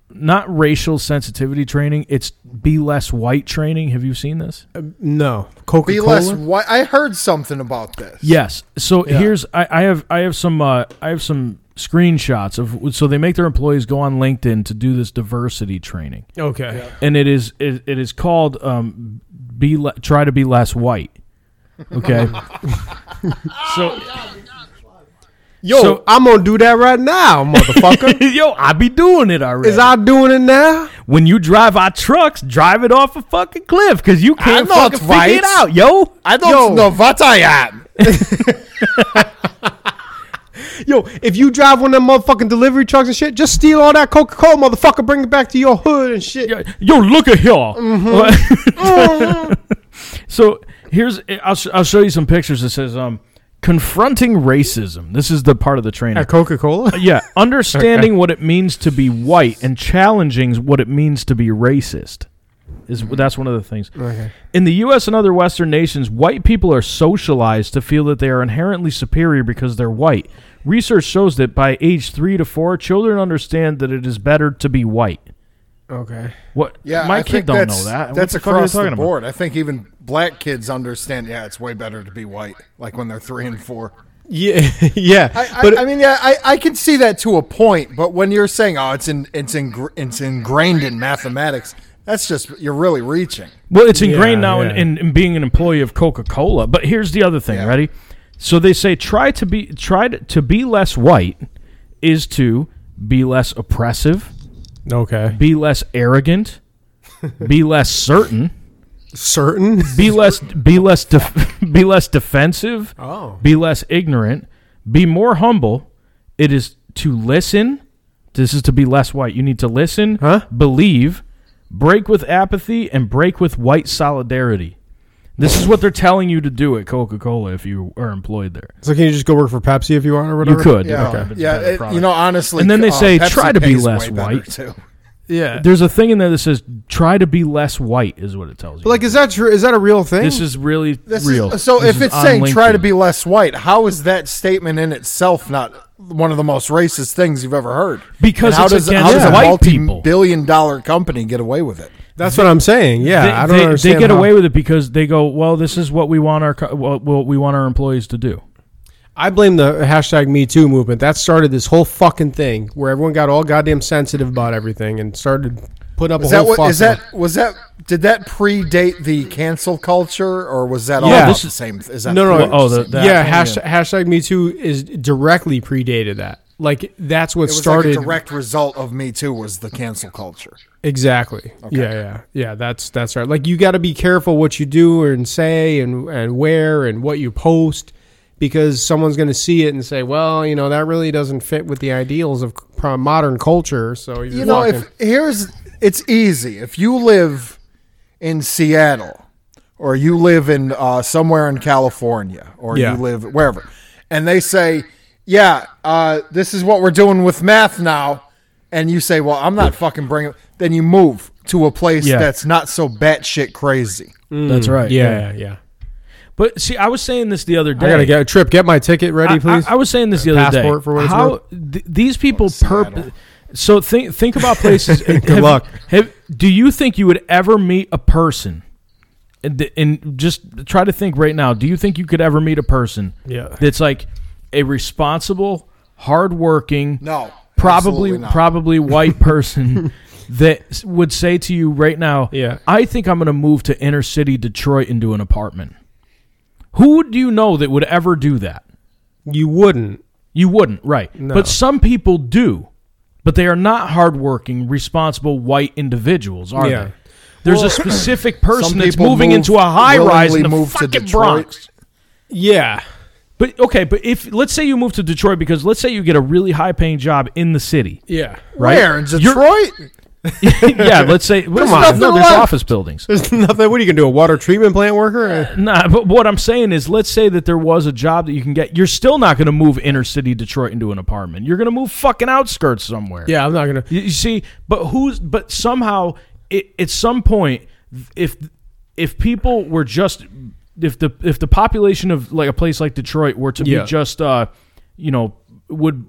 not racial sensitivity training. It's be less white training. Have you seen this? No, Coca Be less Cola. white. I heard something about this. Yes. So here's I, I have I have some uh, I have some screenshots of so they make their employees go on LinkedIn to do this diversity training, Okay. and it is it, it is called um, be le- try to be less white. Okay. so Yo, So- I'm gonna do that right now, motherfucker. yo, I be doing it already. Is I doing it now? when you drive our trucks, drive it off a fucking cliff because you can't I know fucking it's figure it right. out, yo. I don't know what I am. Yo, if you drive one of them motherfucking delivery trucks and shit, just steal all that Coca Cola, motherfucker. Bring it back to your hood and shit. Yo, look at here. Mm-hmm. so here's I'll, sh- I'll show you some pictures that says um confronting racism. This is the part of the training. Coca Cola. yeah, understanding what it means to be white and challenging what it means to be racist is that's one of the things. In the U.S. and other Western nations, white people are socialized to feel that they are inherently superior because they're white. Research shows that by age three to four, children understand that it is better to be white. Okay. What? Yeah, my I kid think don't that's- know that. What That's the fuck are you across the talking about? board. I think even black kids understand. Yeah, it's way better to be white. Like when they're three and four. Yeah, yeah. I, but I mean, yeah, I, I can see that to a point, but when you're saying, "Oh, it's in, it's in, it's ingrained in mathematics," that's just you're really reaching. Well, it's ingrained Yeah, now yeah. in, in, in being an employee of Coca Cola. But here's the other thing. Yeah. Ready? So they say try to be try to, to be less white is to be less oppressive, okay. be less arrogant, be less certain, Certain. be less be less def- be less defensive, Oh. be less ignorant, be more humble. It is to listen. This is to be less white. You need to listen, Huh? believe, break with apathy and break with white solidarity. This is what they're telling you to do at Coca Cola if you are employed there. So can you just go work for Pepsi if you want or You whatever? could. Yeah, okay. yeah. Better it- product. you know, honestly, And then they uh, say, Pepsi "Try to be pays less way better, white." too. Yeah. There's a thing in there that says try to be less white is what it tells you. But like, is that true? Is that a real thing? this is really This is- real. so This if is it's on saying try to LinkedIn. be less white, how is that statement in itself not one of the most racist things you've ever heard? Because And how it's does against how does a white people. multi-billion dollar company get away with it? That's what I'm saying. Yeah, they, I don't they- they understand. get how- away with it because they go, well, this is what we want our co- what, what we want our employees to do. I blame the hashtag Me Too movement. That started this whole fucking thing where everyone got all goddamn sensitive about everything and started putting up Is a that whole what fuss is about that was that did that predate the cancel culture or was that all Yeah. about This the is- same? Is that No, no, pretty much oh, the the- same? that- yeah, hashtag, thing, hashtag Me Too is directly predated that. Like that's what it was started like a direct result of Me Too was the cancel culture. exactly. Yeah, yeah, yeah. That's that's right. Like you got to be careful what you do and say and and where and what you post because someone's going to see it and say, well, you know, that really doesn't fit with the ideals of pro- modern culture. So you're you know fucking- if here's it's easy if you live in seattle or you live in uh, somewhere in california or Yeah. you live wherever and they say yeah uh, this is what we're doing with math now and you say well i'm not fucking bringing then you move to a place Yeah. Mm. that's not so batshit crazy That's right. yeah, yeah, yeah. But see, I was saying this the other day. I gotta get a trip. Get my ticket ready, I- please. I, I was saying this the other Passport day. for what it's How worth. th- these people purp- So think think about places. Good luck. do you think you would ever meet a person? And, th- and just try to think right now. Do you think you could ever meet a person? Yeah. That's like a responsible, hardworking, No, probably absolutely not. probably white person that s- would say to you right now, Yeah. I think I'm going to move to inner city Detroit into an apartment. Who do you know that would ever do that? you wouldn't. You wouldn't, right? But some people do, but they are not hardworking, responsible white individuals, are Yeah. they? There's a specific person Some that's people moving move- into a high rise willingly in the move to fucking Detroit. Bronx. Yeah, But okay, but if let's say you move to Detroit because let's say you get a really high paying job in the city, yeah. right? Where in You're- Detroit? yeah, let's say there's on. nothing- no, there's left. office buildings. There's nothing. What are you gonna do? A water treatment plant worker? Nah, but what I'm saying is, let's say that there was a job that you can get. You're still not going to move inner city Detroit into an apartment. You're going to move fucking outskirts somewhere. Yeah, I'm not gonna. You, you see, but who's but somehow it, at some point, if if people were just if the if the population of like a place like Detroit were to Yeah. be just uh you know would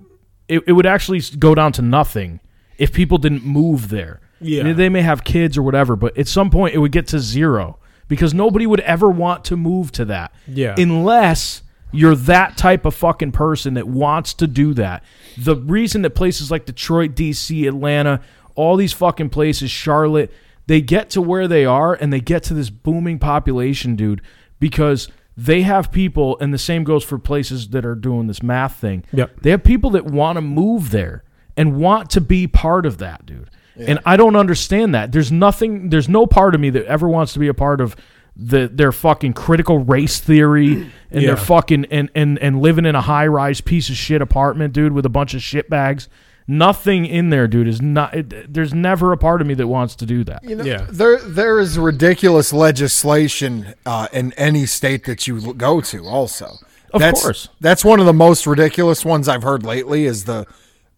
it, it would actually s- go down to nothing if people didn't move there. Yeah. they may have kids or whatever, but at some point it would get to zero because nobody would ever want to move to that. Yeah. unless you're that type of fucking person that wants to do that. The reason that places like Detroit, DC, Atlanta, all these fucking places, Charlotte, they get to where they are and they get to this booming population, dude, because they have people, and the same goes for places that are doing this math thing. Yep. They have people that want to move there and want to be part of that, dude. And I don't understand that. There's nothing. There's no part of me that ever wants to be a part of the their fucking critical race theory and Yeah. their fucking and and and living in a high rise piece of shit apartment, dude, with a bunch of shit bags. Nothing in there, dude. Is not. It, there's never a part of me that wants to do that. You know, Yeah. there there is ridiculous legislation uh, in any state that you l- go to. Also, Of that's, course. that's one of the most ridiculous ones I've heard lately is the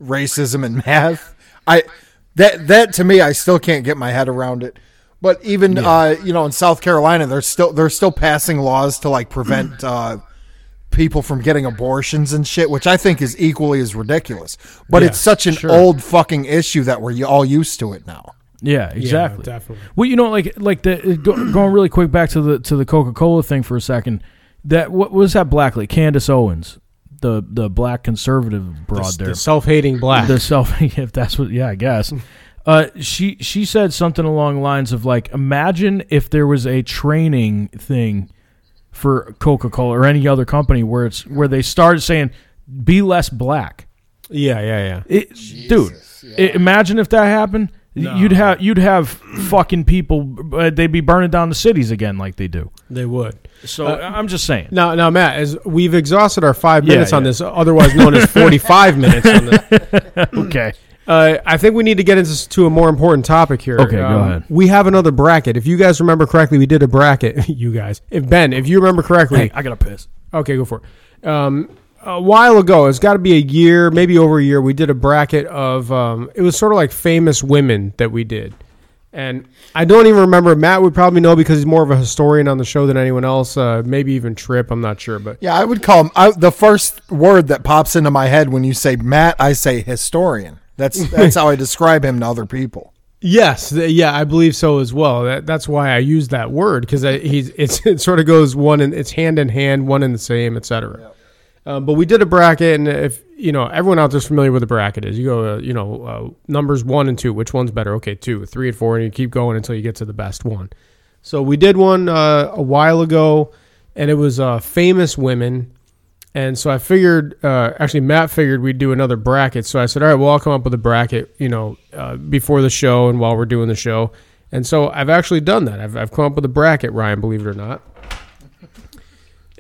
racism in math. I that that to me, I still can't get my head around it. But even uh, you know, in South Carolina, they're still they're still passing laws to like prevent. Uh, people from getting abortions and shit, which I think is equally as ridiculous. But it's such an old fucking issue that we're all used to it now. Yeah, exactly. definitely. Well, you know, like like the go, going really quick back to the to the Coca Cola thing for a second. That what was that black lady, Candace Owens, the the black conservative broad there, The self-hating black. the self if that's what yeah i guess uh, she she said something along the lines of like imagine if there was a training thing for coca-cola or any other company where it's where they started saying be less black yeah, yeah, yeah. it, dude i- imagine if that happened you'd have you'd have fucking people uh, they'd be burning down the cities again like they do Uh, They would. so I- i'm just saying Now, now, Matt, as we've exhausted our five Yeah, minutes on yeah. this, otherwise known as forty-five minutes. On this. okay Uh, I think we need to get into s- to a more important topic here. Um, Okay, go ahead. We have another bracket. If you guys remember correctly, we did a bracket. you guys, if Ben, if you remember correctly, Hey, I gotta piss. Okay, go for it. Um, a while ago, it's got to be a year, maybe over a year. We did a bracket of um, it was sort of like famous women that we did, and I don't even remember. Matt would probably know because he's more of a historian on the show than anyone else. Uh, maybe even Trip, I'm not sure, but Yeah, I would call him. I, the first word that pops into my head when you say Matt, I say historian. That's that's how I describe him to other people. Yes, th- yeah, I believe so as well. That, that's why I use that word because he's it's, it sort of goes one and it's hand in hand, one and the same, etc. Um, but we did a bracket, and if you know everyone out there's familiar with the bracket is, you go, uh, you know, uh, numbers one and two, which one's better? Okay, two, three, and four, and you keep going until you get to the best one. So we did one uh, a while ago, and it was uh, famous women. And so I figured, uh, actually, Matt figured we'd do another bracket. So I said, all right, well, I'll come up with a bracket, you know, uh, before the show and while we're doing the show. And so I've actually done that. I've, I've come up with a bracket, Ryan, believe it or not.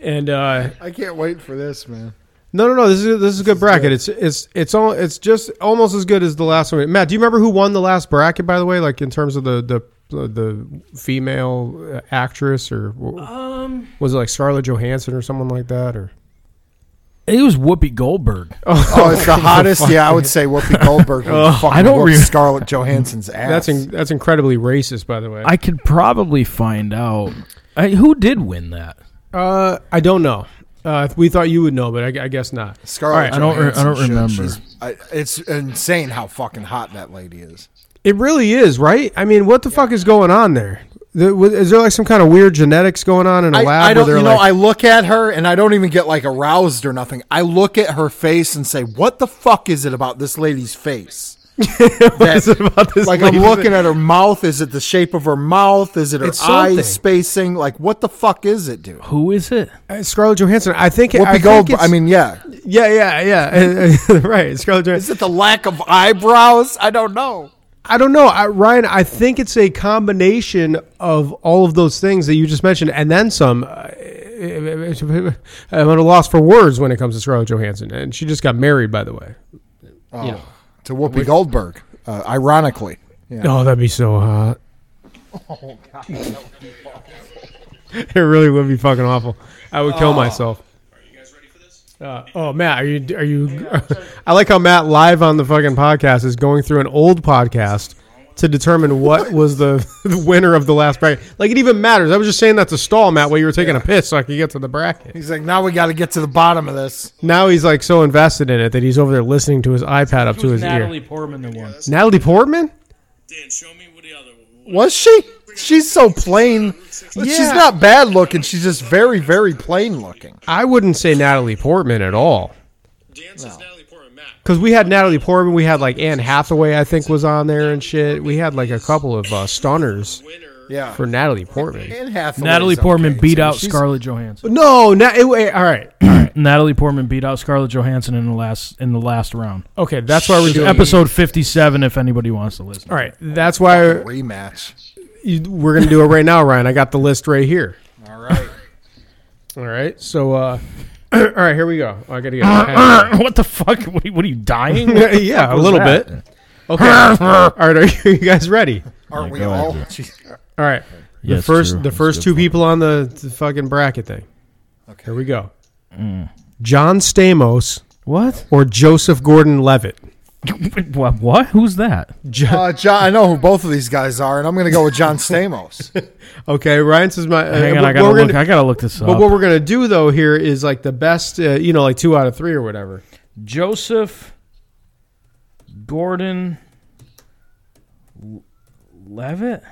And uh, I can't wait for this, man. no, no, no, this is this is a good bracket. It's it's it's all it's just almost as good as the last one. Matt, do you remember who won the last bracket? By the way, like in terms of the the the female uh, actress or um, was it like Scarlett Johansson or someone like that or It was Whoopi Goldberg. Oh, it's the hottest. Yeah, I would say Whoopi Goldberg. would fucking Oh, I don't whoop re- Scarlett Johansson's ass. That's in, that's incredibly racist, by the way. I could probably find out I, who did win that. uh, I don't know. Uh, we thought you would know, but I, I guess not. Scarlett. I don't re- I Johansson, don't shit, remember. she's- I, it's insane how fucking hot that lady is. It really is, right? I mean, what the fuck is going on there? The- wa- Is there like some kind of weird genetics going on in a I, lab? I where don't. they're You know, like- I look at her and I don't even get like aroused or nothing. I look at her face and say, "What the fuck is it about this lady's face?" That- about this like lady's I'm looking at her mouth. Is it the shape of her mouth? Is it her It's eye something. spacing? Like what the fuck is it, dude? Who is it? Uh, Scarlett Johansson. I think I Whoopi think Goldberg. it's- I mean, yeah. yeah, yeah, yeah. Uh, uh, right, Scarlett Johansson. Is it the lack of eyebrows? I don't know. I don't know, I, Ryan. I think it's a combination of all of those things that you just mentioned, and then some. Uh, I'm at a loss for words when it comes to Scarlett Johansson, and she just got married, by the way. To Whoopi Goldberg, uh, ironically. Yeah. Oh, that'd be so hot. Oh god, it really would be fucking awful. I would kill myself. Oh. Uh, oh, Matt, are you? Are you? I like how Matt live on the fucking podcast is going through an old podcast to determine what was the, the winner of the last bracket. Like it even matters. I was just saying that to stall Matt while you were taking a piss so I could get to the bracket. He's like, now we got to get to the bottom of this. Now he's like so invested in it that he's over there listening to his iPad up to his ear. Portman the one. Natalie Portman. Dan, show me what the other one Was she? She's so plain. She's Yeah. not bad looking. She's just very, very plain looking. I wouldn't say Natalie Portman at all. Dan says Natalie Portman. Matt. Because we had Natalie Portman, we had like Anne Hathaway, I think, was on there and shit. We had like a couple of uh, stunners Winner. Yeah. for Natalie Portman. Anne Hathaway's Natalie okay, Portman beat too. out She's- Scarlett Johansson. No, na- it, wait, all right, Natalie Portman beat out Scarlett Johansson in the last in the last round. okay, that's why we're doing. Episode fifty-seven. If anybody wants to listen. all right, that's Uh, why Rematch. you- we're gonna do it right now, Ryan. I got the list right here. All right. All right, so uh, all right, here we go. I gotta get. what the fuck? What are you, what are you dying? Yeah, yeah, a little that? bit. Okay. all right, are you guys ready? Aren't we go ahead, all? Drew. Jeez. All right. The Yeah, it's first true. the It's first good two for people on the, the fucking bracket thing. Okay. Here we go. Mm. John Stamos what? or Joseph Gordon-Levitt. what? What? Who's that? Uh, John, I know who both of these guys are, and I'm going to go with John Stamos. Okay, Ryan says my. uh, Hang on, what- I what gotta we're look. gonna- I gotta look this up. but what we're gonna do though here is like the best, uh, you know, like two out of three or whatever. Joseph Gordon L- Levitt?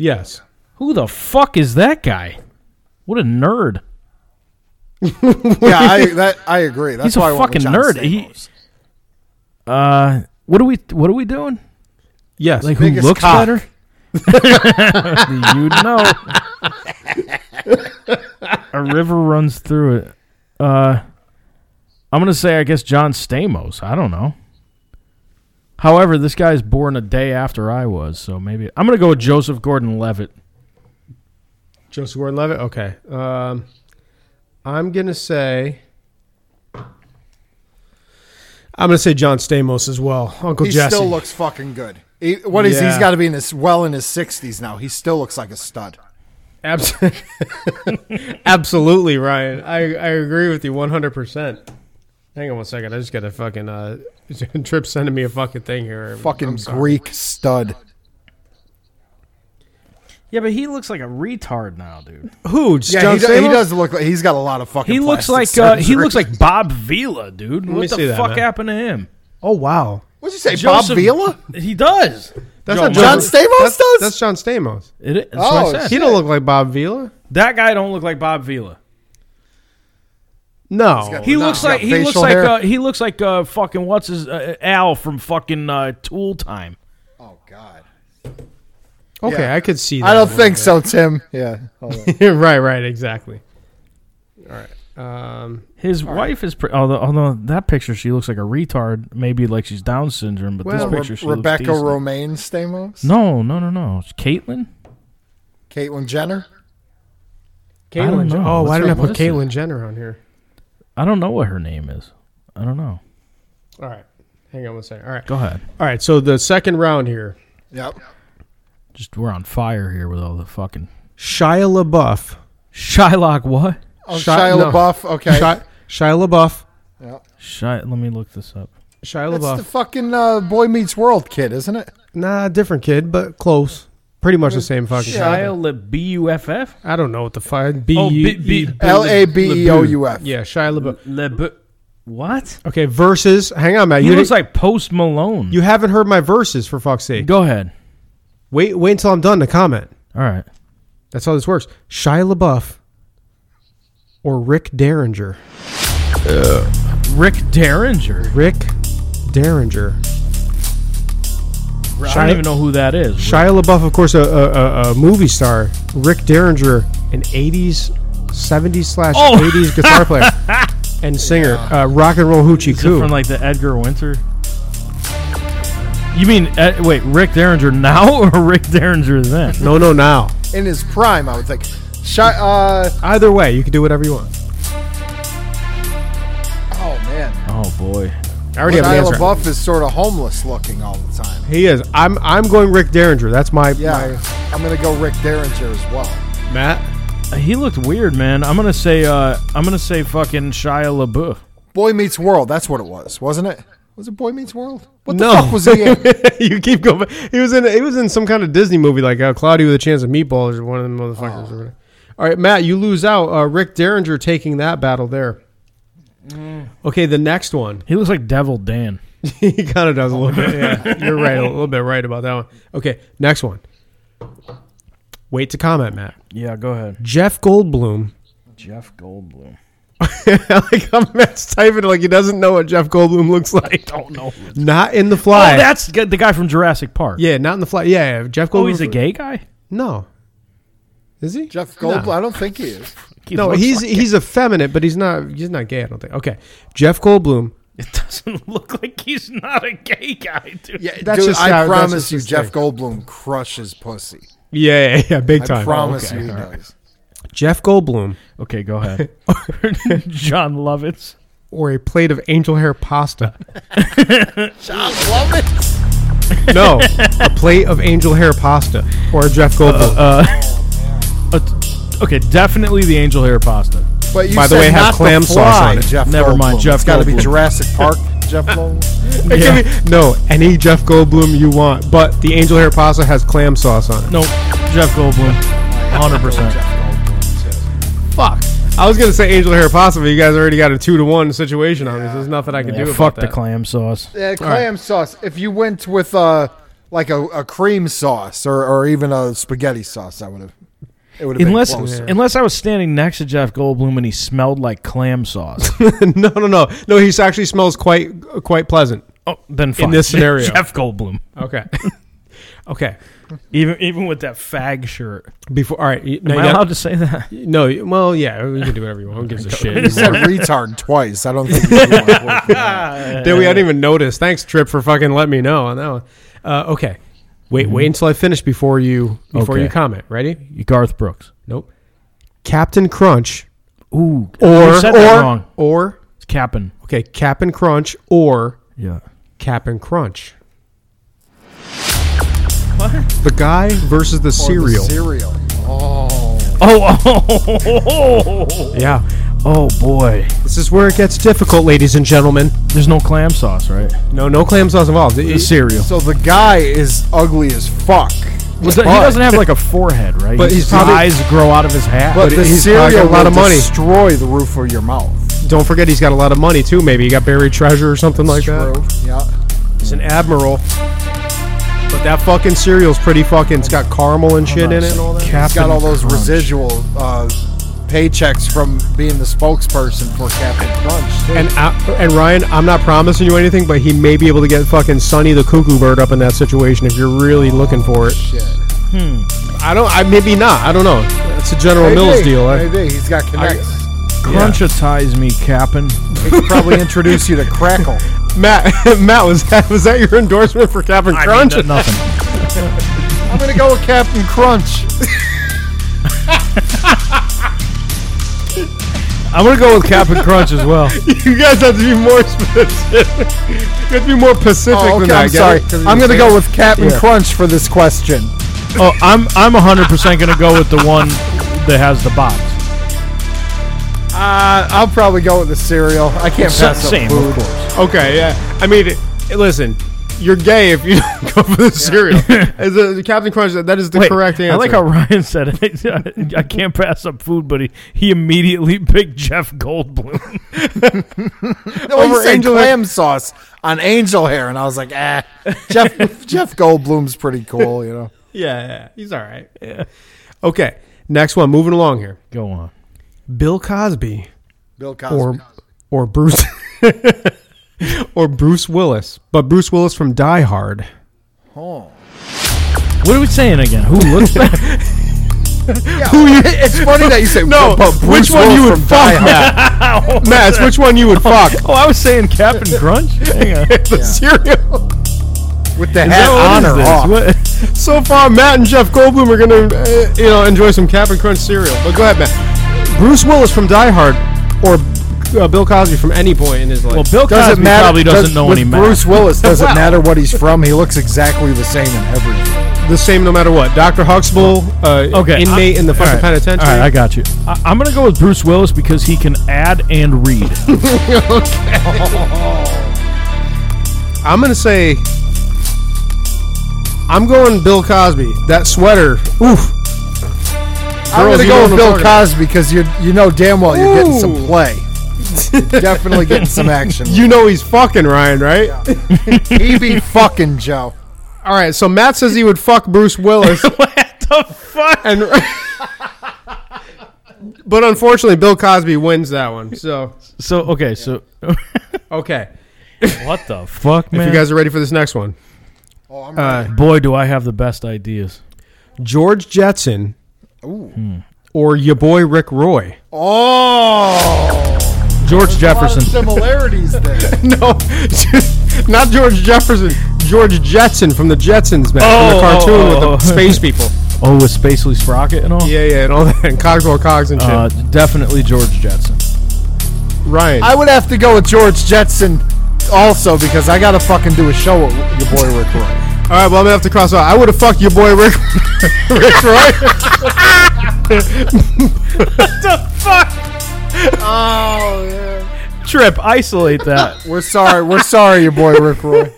Yes. Who the fuck is that guy? What a nerd. yeah, I that I agree. That's He's a why I went with fucking John nerd. He- Stamos. Uh what are we what are we doing? Yes. Like who Biggest looks cock. better? you know. a river runs through it. Uh I'm gonna say I guess John Stamos. I don't know. However, this guy's born a day after I was, so maybe I'm gonna go with Joseph Gordon Levitt. Joseph Gordon-Levitt. Okay. Um, I'm gonna say. I'm gonna say John Stamos as well. Uncle He Jesse. still looks fucking good. He, what is Yeah. he's got to be in his well in his sixties now. He still looks like a stud. Abs- Absolutely, Ryan. I, I agree with you 100%. Hang on one second. I just got a fucking. Uh, Trip sending me a fucking thing here. Fucking I'm sorry. Greek stud. Yeah, but he looks like a retard now, dude. Who? Just Yeah, John he, do- he Stamos? does look like he's got a lot of fucking. He looks like plastic uh, he surgery. looks like Bob Vila, dude. me What see the that, fuck man. happened to him? Oh, wow. What'd you say, Joseph- Bob Vila? He does. That's Yo, not John John- Stamos That's, does. that's John Stamos. It is. That's Oh, what I said. He don't look like Bob Vila. That guy don't look like Bob Vila. No. He No. looks He's got like he looks facial like hair. uh, he looks like uh, fucking what's his uh, Al from fucking uh, Tool Time. oh God. Okay, Yeah. I could see that. I don't think so, Tim. Yeah. Hold on. right, right, exactly. All right. Um, His wife is pre- although although that picture she looks like a retard, maybe like she's Down syndrome, but Well, this Re- picture she Rebecca looks decent. Romaine Stamos. No, no, no, no. It's Caitlyn. Caitlyn Jenner. I don't Caitlyn. know. Oh, What's why her- didn't I put what is it? Caitlyn Jenner on here? I don't know what her name is. I don't know. All right. Hang on one second. All right. Go ahead. All right. So the second round here Yep. Just we're on fire here with all the fucking Shia LaBeouf. Shylock. What? Oh, Shia- Shia no. LaBeouf. Okay. Shia, Shia LaBeouf. Shy. Let me look this up. Shia That's LaBeouf. the fucking uh, Boy Meets World kid, isn't it? nah, different kid, but close. Pretty much the same fucking. Shia Le B U F F. I don't know what the fuck. B Oh, B- U B- E- L A B E O U F. Yeah, Shia LaBeouf. Le B. What? Okay, verses. Hang on, Matt. He You, looks didn't- like Post Malone. you haven't heard my verses for fuck's sake. Go ahead. Wait, wait until I'm done to comment. All right. That's how this works. Shia LaBeouf or Rick Derringer. Rick Derringer. Rick Derringer. I don't even know who that is. Shia LaBeouf, of course, a, a, a, a movie star. Rick Derringer, an 80s, 70s slash Oh. 80s guitar player and singer. Uh, rock and roll hoochie Is it coo. from like the Edgar Winter? You mean Ed, wait, Rick Derringer now or Rick Derringer then? no, no, now. In his prime, I would think. Shia. Uh, Either way, you can do whatever you want. oh man. Oh boy. I already have Shia an answer. LaBeouf is sort of homeless looking all the time. He is. I'm. I'm going Rick Derringer. That's my. Yeah. I'm gonna go Rick Derringer as well. my- Matt. He looked weird, man. I'm gonna say uh I'm gonna say fucking Shia LaBeouf. Boy Meets World. That's what it was, wasn't it? Was it Boy Meets World? What the No. fuck was he in? you keep going. back. He was in. He was in some kind of Disney movie, like uh, Cloudy with a Chance of Meatballs, or one of the motherfuckers. Oh. Or whatever. All right, Matt, you lose out. Uh, Rick Derringer taking that battle there. Mm. Okay, the next one. He looks like Devil Dan. he kind of does a little bit. Yeah, you're right. A little bit right about that one. Okay, next one. Wait to comment, Matt. Yeah, go ahead. Jeff Goldblum. Jeff Goldblum. like I'm Matt's typing it like he doesn't know what Jeff Goldblum looks like. Don't know. Not in the Oh, fly. that's g- the guy from Jurassic Park. Yeah, not in the fly. Yeah, yeah, Jeff Goldblum. Oh, he's a gay guy. No, is he? Jeff Goldblum. I don't think he is. He No, looks he's like- he's effeminate, but he's not he's not gay. I don't think. Okay, Jeff Goldblum. it doesn't look like he's not a gay guy, dude. Yeah, That's dude, just I how- that's promise just you, his Jeff thing. Goldblum crushes pussy. Yeah, yeah, yeah big I time. promise Oh, okay. you, he does. Jeff Goldblum Okay, go ahead. John Lovitz. or a plate of angel hair pasta. Love it. No, a plate of angel hair pasta or a Jeff Goldblum. Uh, okay, definitely the angel hair pasta. But you By the said way, have not clam the sauce fly, on it. Jeff Never mind, Goldblum. Jeff It's got to be Goldblum. Jurassic Park. Jeff Goldblum. It can be- no, any Jeff Goldblum you want, but the angel hair pasta has clam sauce on it. Nope, Jeff Goldblum, hundred percent. Fuck. I was gonna say angel hair pasta, but you guys already got a two to one situation on this. There's nothing I can do. fuck about the that. clam sauce. Yeah, clam sauce. If you went with uh, like a, a cream sauce or, or even a spaghetti sauce, I would have. It would have been Unless, closer. unless I was standing next to Jeff Goldblum and he smelled like clam sauce. no, no, no, no. He actually smells quite quite pleasant. oh, then fine. this scenario. Jeff Goldblum. Okay. okay. Even even with that fag shirt. Before, all right. you- No, Am you I got- allowed to say that? no. you- Well, yeah, we can do whatever you want. Who gives a shit? You said retard twice. I don't think. you wanna work with that. Dude, we I didn't even notice. Thanks, Trip, for fucking letting me know on that one. Uh, okay. Wait, wait until I finish before you before Okay. you comment. Ready? Garth Brooks. Nope. Captain Crunch Ooh, or you said or that wrong. or It's Cap'n. okay, Captain Crunch or Yeah. Cap'n Crunch. What? The guy versus the cereal. Cereal. Oh, oh, oh, oh, yeah. boy. This is where it gets difficult, ladies and gentlemen. There's no clam sauce, right? No, no clam sauce involved. It- It's cereal. So the guy is ugly as fuck. Was that- he but- doesn't have like a forehead, right? But His he's probably- eyes grow out of his hat. But, But the he's probably got cereal a lot will of money. destroy the roof of your mouth. Don't forget, he's got a lot of money too. Maybe he got buried treasure or something like that. True. Yeah. He's an admiral. But that fucking cereal's pretty fucking. It's got caramel and shit in it and all that. He's got all those residual uh, paychecks from being the spokesperson for Captain Crunch. Too. And I, and Ryan, I'm not promising you anything, but he may be able to get fucking Sonny the cuckoo bird up in that situation if you're really looking for it. shit. I don't. I maybe not. I don't know. It's a General Maybe, Mills deal. I- Maybe he's got connects. Crunchitize me, Cap'n. He could probably introduce you to Crackle. Matt, Matt, was that was that your endorsement for Captain Crunch? nothing. I'm gonna go with Captain Crunch. I'm gonna go with Cap'n Crunch as well. you guys have to be more specific. you have to be more Pacific Oh, than okay, that. I'm get sorry. it? 'Cause I'm gonna you're go saying- with Captain Yeah. Crunch for this question. Oh, I'm I'm 100 percent gonna go with the one that has the box. Uh, I'll probably go with the cereal. I can't Sa- pass same, up food. of course. Okay, yeah. I mean, it- listen, you're gay if you don't go for the cereal. As a- the Captain Crunch, that that is the Wait, correct answer. I like how Ryan said it. I can't pass up food, but he, he immediately picked Jeff Goldblum. No, he Over Oh, said angel hair. clam sauce on angel hair, and I was like, ah. Jeff Jeff Goldblum's pretty cool, you know. Yeah, yeah, he's all right. Yeah. Okay, next one. Moving along here. Go on. Bill Cosby Bill Cosby. or or Bruce or Bruce Willis, but Bruce Willis from Die Hard. What are we saying again? Who looks better? Who you? It's funny that you say No, but which Bruce one Willis you would from Die fuck, Hard. Matt? Ow. Matt, which one you would fuck? Oh, I was saying Cap'n Crunch. Hang on. the cereal. with the Is hat that- on or off? what is this? So far, Matt and Jeff Goldblum are gonna, uh, you know, enjoy some Cap'n Crunch cereal. But go ahead, Matt. Bruce Willis from Die Hard, or uh, Bill Cosby from any point in his life. What? Well, Bill Does it Cosby matter? probably doesn't does- know with any math. Bruce Willis, does it matter what he's from? He looks exactly the same in everything. the same no matter what. Doctor Huxtable, uh, Okay, inmate I'm- in the fucking all right, penitentiary. All right, I got you. I, I'm gonna go with Bruce Willis because he can add and read. I'm gonna say I'm going Bill Cosby. That sweater. Oof. I'm Girls, gonna you go know with what I'm Bill talking Cosby because you you know damn well you're getting some Ooh. play. You're definitely getting some action. You know he's fucking Ryan, right? he be fucking Joe. All right. So Matt says he would fuck Bruce Willis, what the fuck? and but unfortunately Bill Cosby wins that one. So So okay, so okay. what the fuck, man? If you guys are ready for this next one, Oh, I'm uh, Boy, do I have the best ideas. George Jetson, or your boy Rick Roy. oh, George Jefferson. Jefferson. similarities there. No, not George Jefferson. George Jetson from the Jetsons, man, from Oh, the cartoon oh, oh, with the oh. space people. Oh, with Spacely Sprocket and all. Yeah, yeah, and all that, and Cogswell Cogs and shit. Uh, definitely George Jetson. Ryan, I would have to go with George Jetson also because I gotta fucking do a show with your boy Rick Roy. all right, well I'm gonna have to cross out. I would have fucked your boy Rick, Rick Roy. Oh yeah. Trip, isolate that. We're sorry. We're sorry, your boy Rick Roy.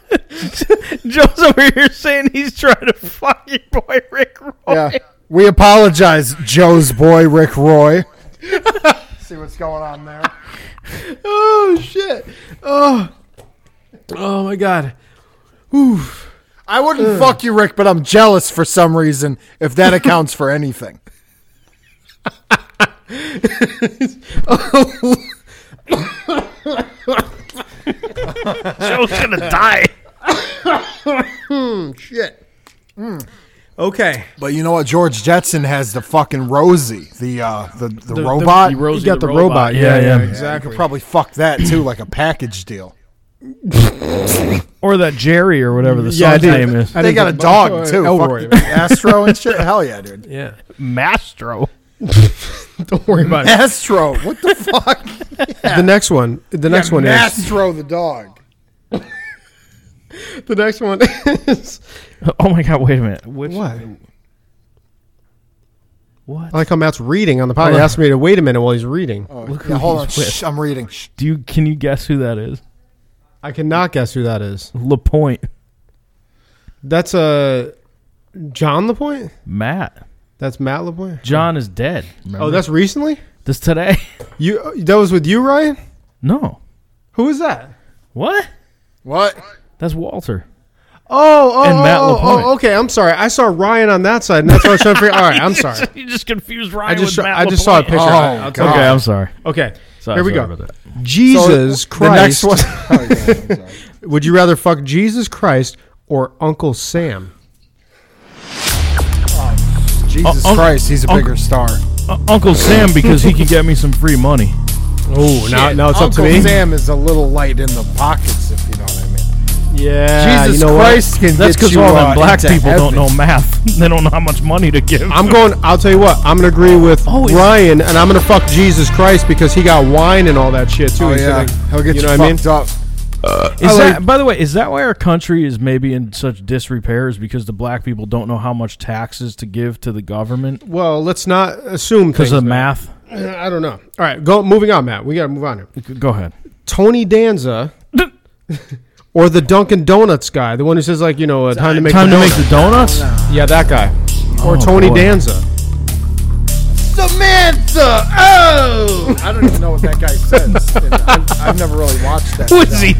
Joe's over here saying he's trying to fuck your boy Rick Roy. Yeah. We apologize, Joe's boy, Rick Roy. See what's going on there. oh shit! Oh, oh my god! I wouldn't fuck you, Rick, but I'm jealous for some reason, if that accounts for anything. Joe's gonna die. Okay, But you know what? George Jetson has the fucking Rosie, the uh, the, the, robot. the Rosie you got the, the robot. robot. Yeah, Yeah, yeah, yeah. I could exactly. probably fuck that too, like a package deal. Or that Jerry or whatever the Yeah, I son's did. name is. I They didn't got a think about- dog too, Elroy. Fuck Astro and shit. Hell yeah, dude. Yeah, Mastro. don't worry about it. Astro, what the fuck? The next one. The next one is Astro the dog. The next one is Oh my god! Wait a minute. Which, what? What? I like how Matt's reading on the podcast. He asked me to wait a minute while he's reading. Look Oh, who Yeah, hold on. he's with. Shh, I'm reading. Shh. Do you? Can you guess who that is? I cannot guess who that is. Lapointe. That's uh, John Lapointe. Matt. That's Matt Lapointe. John is dead. Oh, remember? that's recently. this today. You uh, that was with you, Ryan. No. Who is that? What? What? That's Walter. Oh, oh, And Matt oh, oh, LaPointe. oh, okay. I'm sorry. I saw Ryan on that side, and that's why I was trying to figure. All right, I'm sorry. you just confused I Ryan just with Matt I just saw a picture. LaPointe. I- God. Oh. Okay, I'm sorry. Okay, Sorry, here we sorry go. about that. Jesus Christ. The next one. Would you rather fuck Jesus Christ or Uncle Sam? Jesus Unc- Christ, he's a Unc- bigger star. Uh, Uncle Sam because he could get me some free money. Oh, now now it's Uncle up to me. Sam is a little light in the pockets, if you know what I mean. Yeah, Jesus you know what? Christ can That's get because you all uh, them black into people don't heaven. know math. they don't know how much money to give. I'm going. I'll tell you what. I'm gonna agree with Oh, it's- Ryan, and I'm gonna fuck Jesus Christ because he got wine and all that shit too. Oh, He's yeah. gonna- He'll get you, you know what I mean? fucked up. Is I that, like- by the way, is that why our country is maybe in such disrepair? Is because the black people don't know how much taxes to give to the government Well, let's not assume because things. Uh, of math? I don't know. All right, go. Moving on, Matt. We gotta move on here. Go ahead. Tony Danza. Or the Dunkin' Donuts guy, the one who says like you know, uh, time to make Time the to donut. make the donuts. yeah, that guy, or Oh, Tony boy. Danza. Samantha, oh, I don't even know what that guy says. And I've, I've never really watched that. Who is he?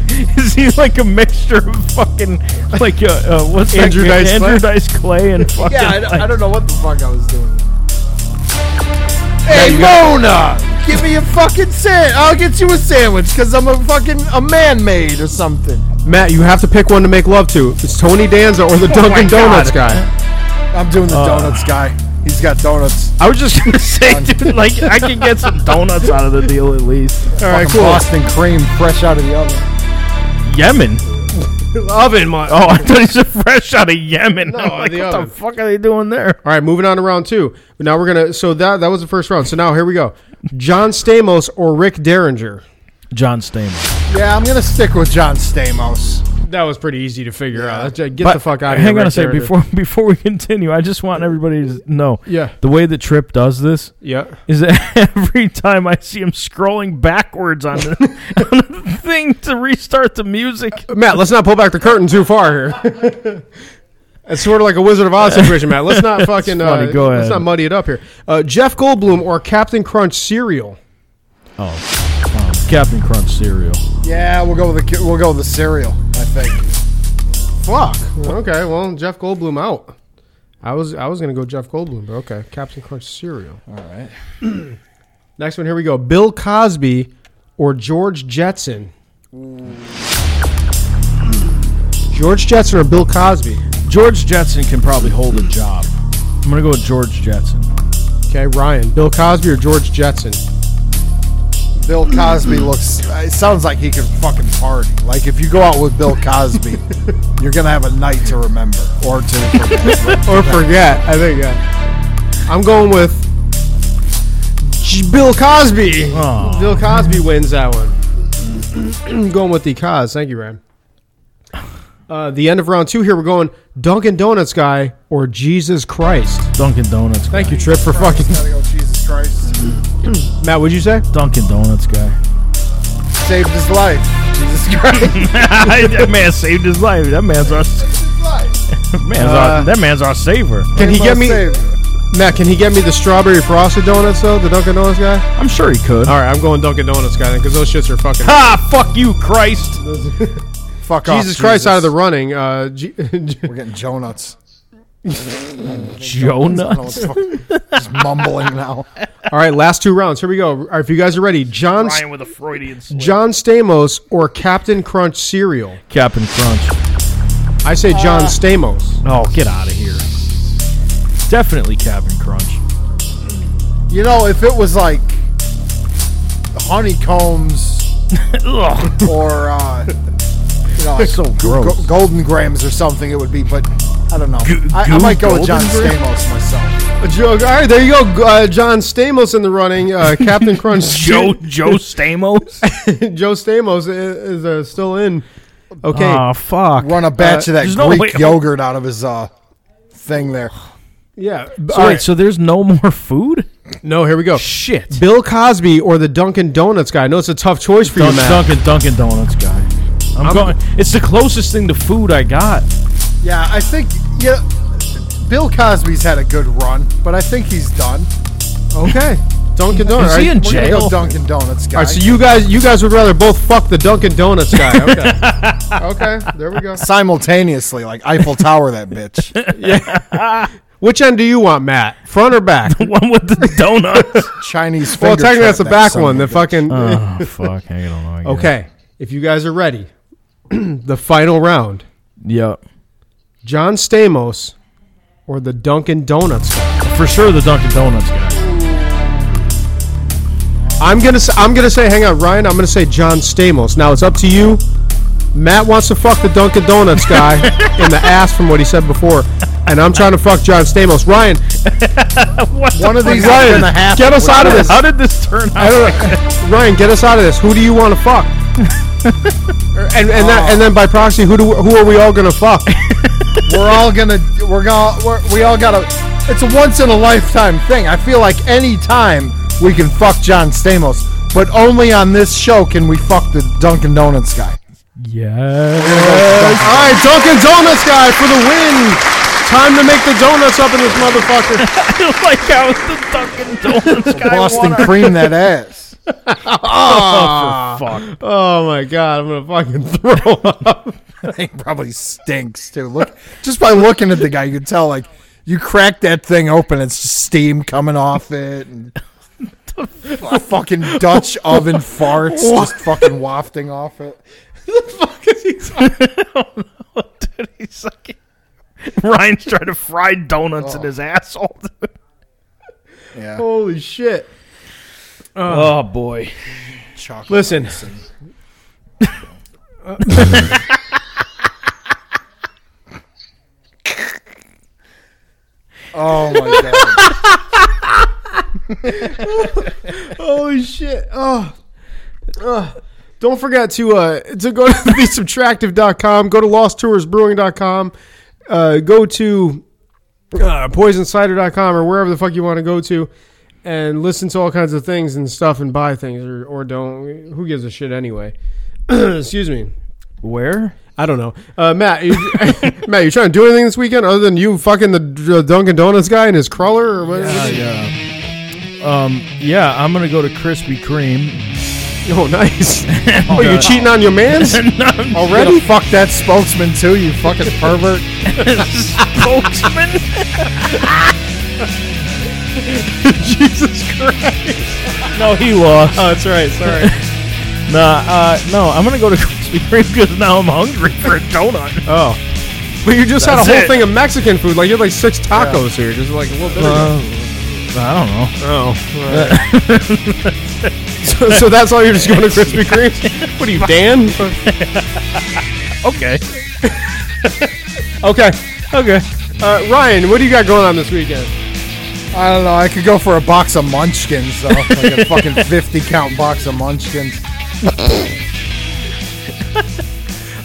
Is he like a mixture of fucking like uh, uh what's that Andrew guy- Dice Andrew Clay? Dice Clay and fucking Yeah, I, don't- I don't know what the fuck I was doing. you Hey go. Mona, give me a fucking sand. I'll get you a sandwich because I'm a fucking a man made or something. Matt, you have to pick one to make love to. It's Tony Danza or the Dunkin' Donuts guy. I'm doing Uh. the donuts guy. He's got donuts. I was just gonna say, dude, like I can get some donuts out of the deal at least. All right, Fucking cool. Boston cream, fresh out of the oven. Yemen. Oven, my. Oh, I thought he said fresh out of Yemen. No, I'm like, the what oven. the fuck are they doing there? All right, moving on to round two. But now we're gonna. So that that was the first round. So now here we go. John Stamos or Rick Derringer. John Stamos. Yeah, I'm gonna stick with John Stamos. That was pretty easy to figure out. Get the But fuck out. of here, Hang on Rick a second Derringer. before before we continue. I just want everybody to know. Yeah. The way that Trip does this Yeah. is that every time I see him scrolling backwards on the, on the thing to restart the music. Matt, let's not pull back the curtain too far here. it's sort of like a Wizard of Oz situation, Matt. Let's not fucking. funny. Uh, Go Let's ahead. not muddy it up here. Uh, Jeff Goldblum or Captain Crunch cereal. Oh, um, Captain Crunch cereal. Yeah, we'll go with the we'll go with the cereal. I think. Fuck. Okay. Well, Jeff Goldblum out. I was I was gonna go Jeff Goldblum, but okay. Captain Crunch cereal. All right. Next one. Here we go. Bill Cosby or George Jetson. George Jetson or Bill Cosby. George Jetson can probably hold a job. I'm gonna go with George Jetson. Okay, Ryan. Bill Cosby or George Jetson. Bill Cosby looks. It sounds like he could fucking party. Like if you go out with Bill Cosby, you're gonna have a night to remember or to forget. or forget. I think. Yeah. I'm going with J- Bill Cosby. Aw. Bill Cosby wins that one. I'm going with the Cos. Thank you, Ryan. Uh, the end of round two here. We're going Dunkin' Donuts guy or Jesus Christ. Dunkin' Donuts. Thank you, Trip, for fucking Gotta go, Jesus Christ Matt. Would you say? Dunkin' Donuts guy. saved his life. Jesus Christ. that man saved his life. That man's our His life. man's Uh, our that man's our saver. Can he My get me savior. Matt? Can he get me the strawberry frosted donuts though? The Dunkin' Donuts guy. I'm sure he could. All right, I'm going Dunkin' Donuts guy then because those shits are fucking. Ah, fuck you, Christ. Fuck off. Jesus Christ out of the running. Uh, G- We're getting Joe nuts. Joe I don't know what nuts. the fuck. Just mumbling now. All right, last two rounds. Here we go. All right, if you guys are ready, John Ryan with a Freudian slip. John Stamos or Captain Crunch cereal? Captain Crunch. I say John Stamos. Oh, get out of here. Definitely Captain Crunch. You know, if it was like honeycombs Ugh. or uh, you know, like So go- gross. golden grams or something, it would be. But I don't know. Goo- I, I goo might go with golden John gram? Stamos myself. uh, Joe, all right, there you go. G- Uh, John Stamos in the running. Uh, Captain Crunch. Joe Joe Stamos. Joe Stamos i- is uh, still in. Okay. Aw, fuck. Run a batch Uh, of that there's no Greek way- yogurt out of his uh, thing there. yeah. so, wait, so there's no more food? no, here we go. Shit. Bill Cosby or the Dunkin' Donuts guy. I know it's a tough choice for you, Dunk, Matt. Dunkin' Dunkin' Donuts guy. I'm, going. It's the closest thing to food I got. Yeah, I think yeah. Bill Cosby's had a good run, but I think he's done. Okay. Dunkin' Donuts. Is he all in right. We're gonna jail? go Dunkin' Donuts guy. All right, so you guys, you guys would rather both fuck the Dunkin' Donuts guy. Okay. okay. There we go. simultaneously like Eiffel Tower that bitch. Which end do you want, Matt? Front or back? One with the donuts. Chinese finger. well, technically trap, that's the that back son one. of a The bitch. fucking. oh fuck! I don't know. I guess. okay. If you guys are ready, the final round: Yep. John Stamos or the Dunkin' Donuts. guy? For sure, the Dunkin' Donuts guy. I'm gonna say, I'm gonna say hang on Ryan I'm gonna say John Stamos now it's up to you Matt wants to fuck the Dunkin Donuts guy in the ass from what he said before and I'm trying to fuck John Stamos Ryan One of these is Ryan gonna happen. get us out of this How did this turn I out? don't know. Ryan get us out of this who do you want to fuck Er, and and, that, and then by proxy who do who are we all gonna fuck We're all gonna. We're gonna. We're, we all gotta. It's a once in a lifetime thing. I feel like any time we can fuck John Stamos, but only on this show can we fuck the Dunkin' Donuts guy. Yeah. all right Dunkin Donuts guy for the win time to make the donuts up in this motherfucker like how the Dunkin' Donuts guy Boston cream that ass. Fuck. oh my god I'm gonna fucking throw up He probably stinks too. Look, just by looking at the guy, you could tell like you crack that thing open. It's just steam coming off it, and fucking Dutch oven farts just fucking wafting off it. Dude, he's like, Ryan's trying to fry donuts in his asshole. dude. Yeah, holy shit Oh boy. chocolate. Listen. Oh my god. Holy shit. Oh. Ugh. Don't forget to uh, to go to thesubtractive.com, go to losttoursbrewing.com, uh, go to uh, poisoncider.com or wherever the fuck you want to go to and listen to all kinds of things and stuff and buy things or, or don't. Who gives a shit anyway? Excuse me. Where? I don't know. Uh, Matt, you, Matt, you trying to do anything this weekend other than you fucking the uh, Dunkin' Donuts guy and his crawler or what? yeah. Um. Yeah, I'm gonna go to Krispy Kreme. Oh, nice. oh, you cheating on your mans? Already fuck that spokesman too. You fucking pervert. Spokesman. Jesus Christ. No, he lost. Oh, that's right. Sorry. Nah. Uh. No, I'm gonna go to Krispy Kreme because now I'm hungry for a donut. oh. But you just That's had a whole it. thing of Mexican food. Like you had like six tacos here. Just like a little bit. ago. Uh, I don't know. so, so that's all you're just going to Krispy Kreme. What are you, Dan? Okay. okay. Okay. Uh, Ryan, what do you got going on this weekend? I don't know. I could go for a box of munchkins though, like a fucking fifty count box of munchkins.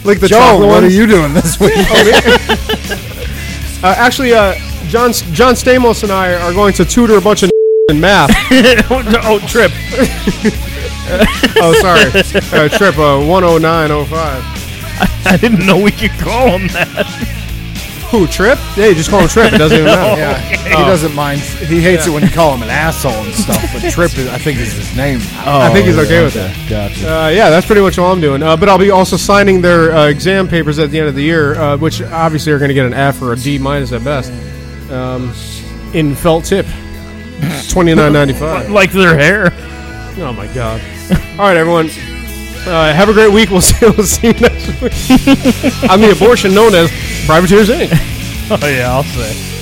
Like the Joe, chocolate what ones? are you doing this week? Uh, actually, uh, John John Stamos and I are going to tutor a bunch of in math. oh, trip. Oh, sorry. Uh, trip uh, 10905. I didn't know we could call him that. Who, Trip? Yeah, you just call him Trip. It doesn't even matter. Yeah, he doesn't mind. He hates it when you call him an asshole and stuff. But Trip, is, I think, is his name. I think he's okay with that. Gotcha. Uh, yeah, that's pretty much all I'm doing. Uh, but I'll be also signing their uh, exam papers at the end of the year, uh, which obviously are going to get an F or a D minus at best. Um, in felt tip, twenty nine ninety five. Like their hair. Oh my god! All right, everyone. Uh, have a great week. We'll see. We'll see you next week. I'm the abortion known as Privateers Inc. Oh yeah, I'll say.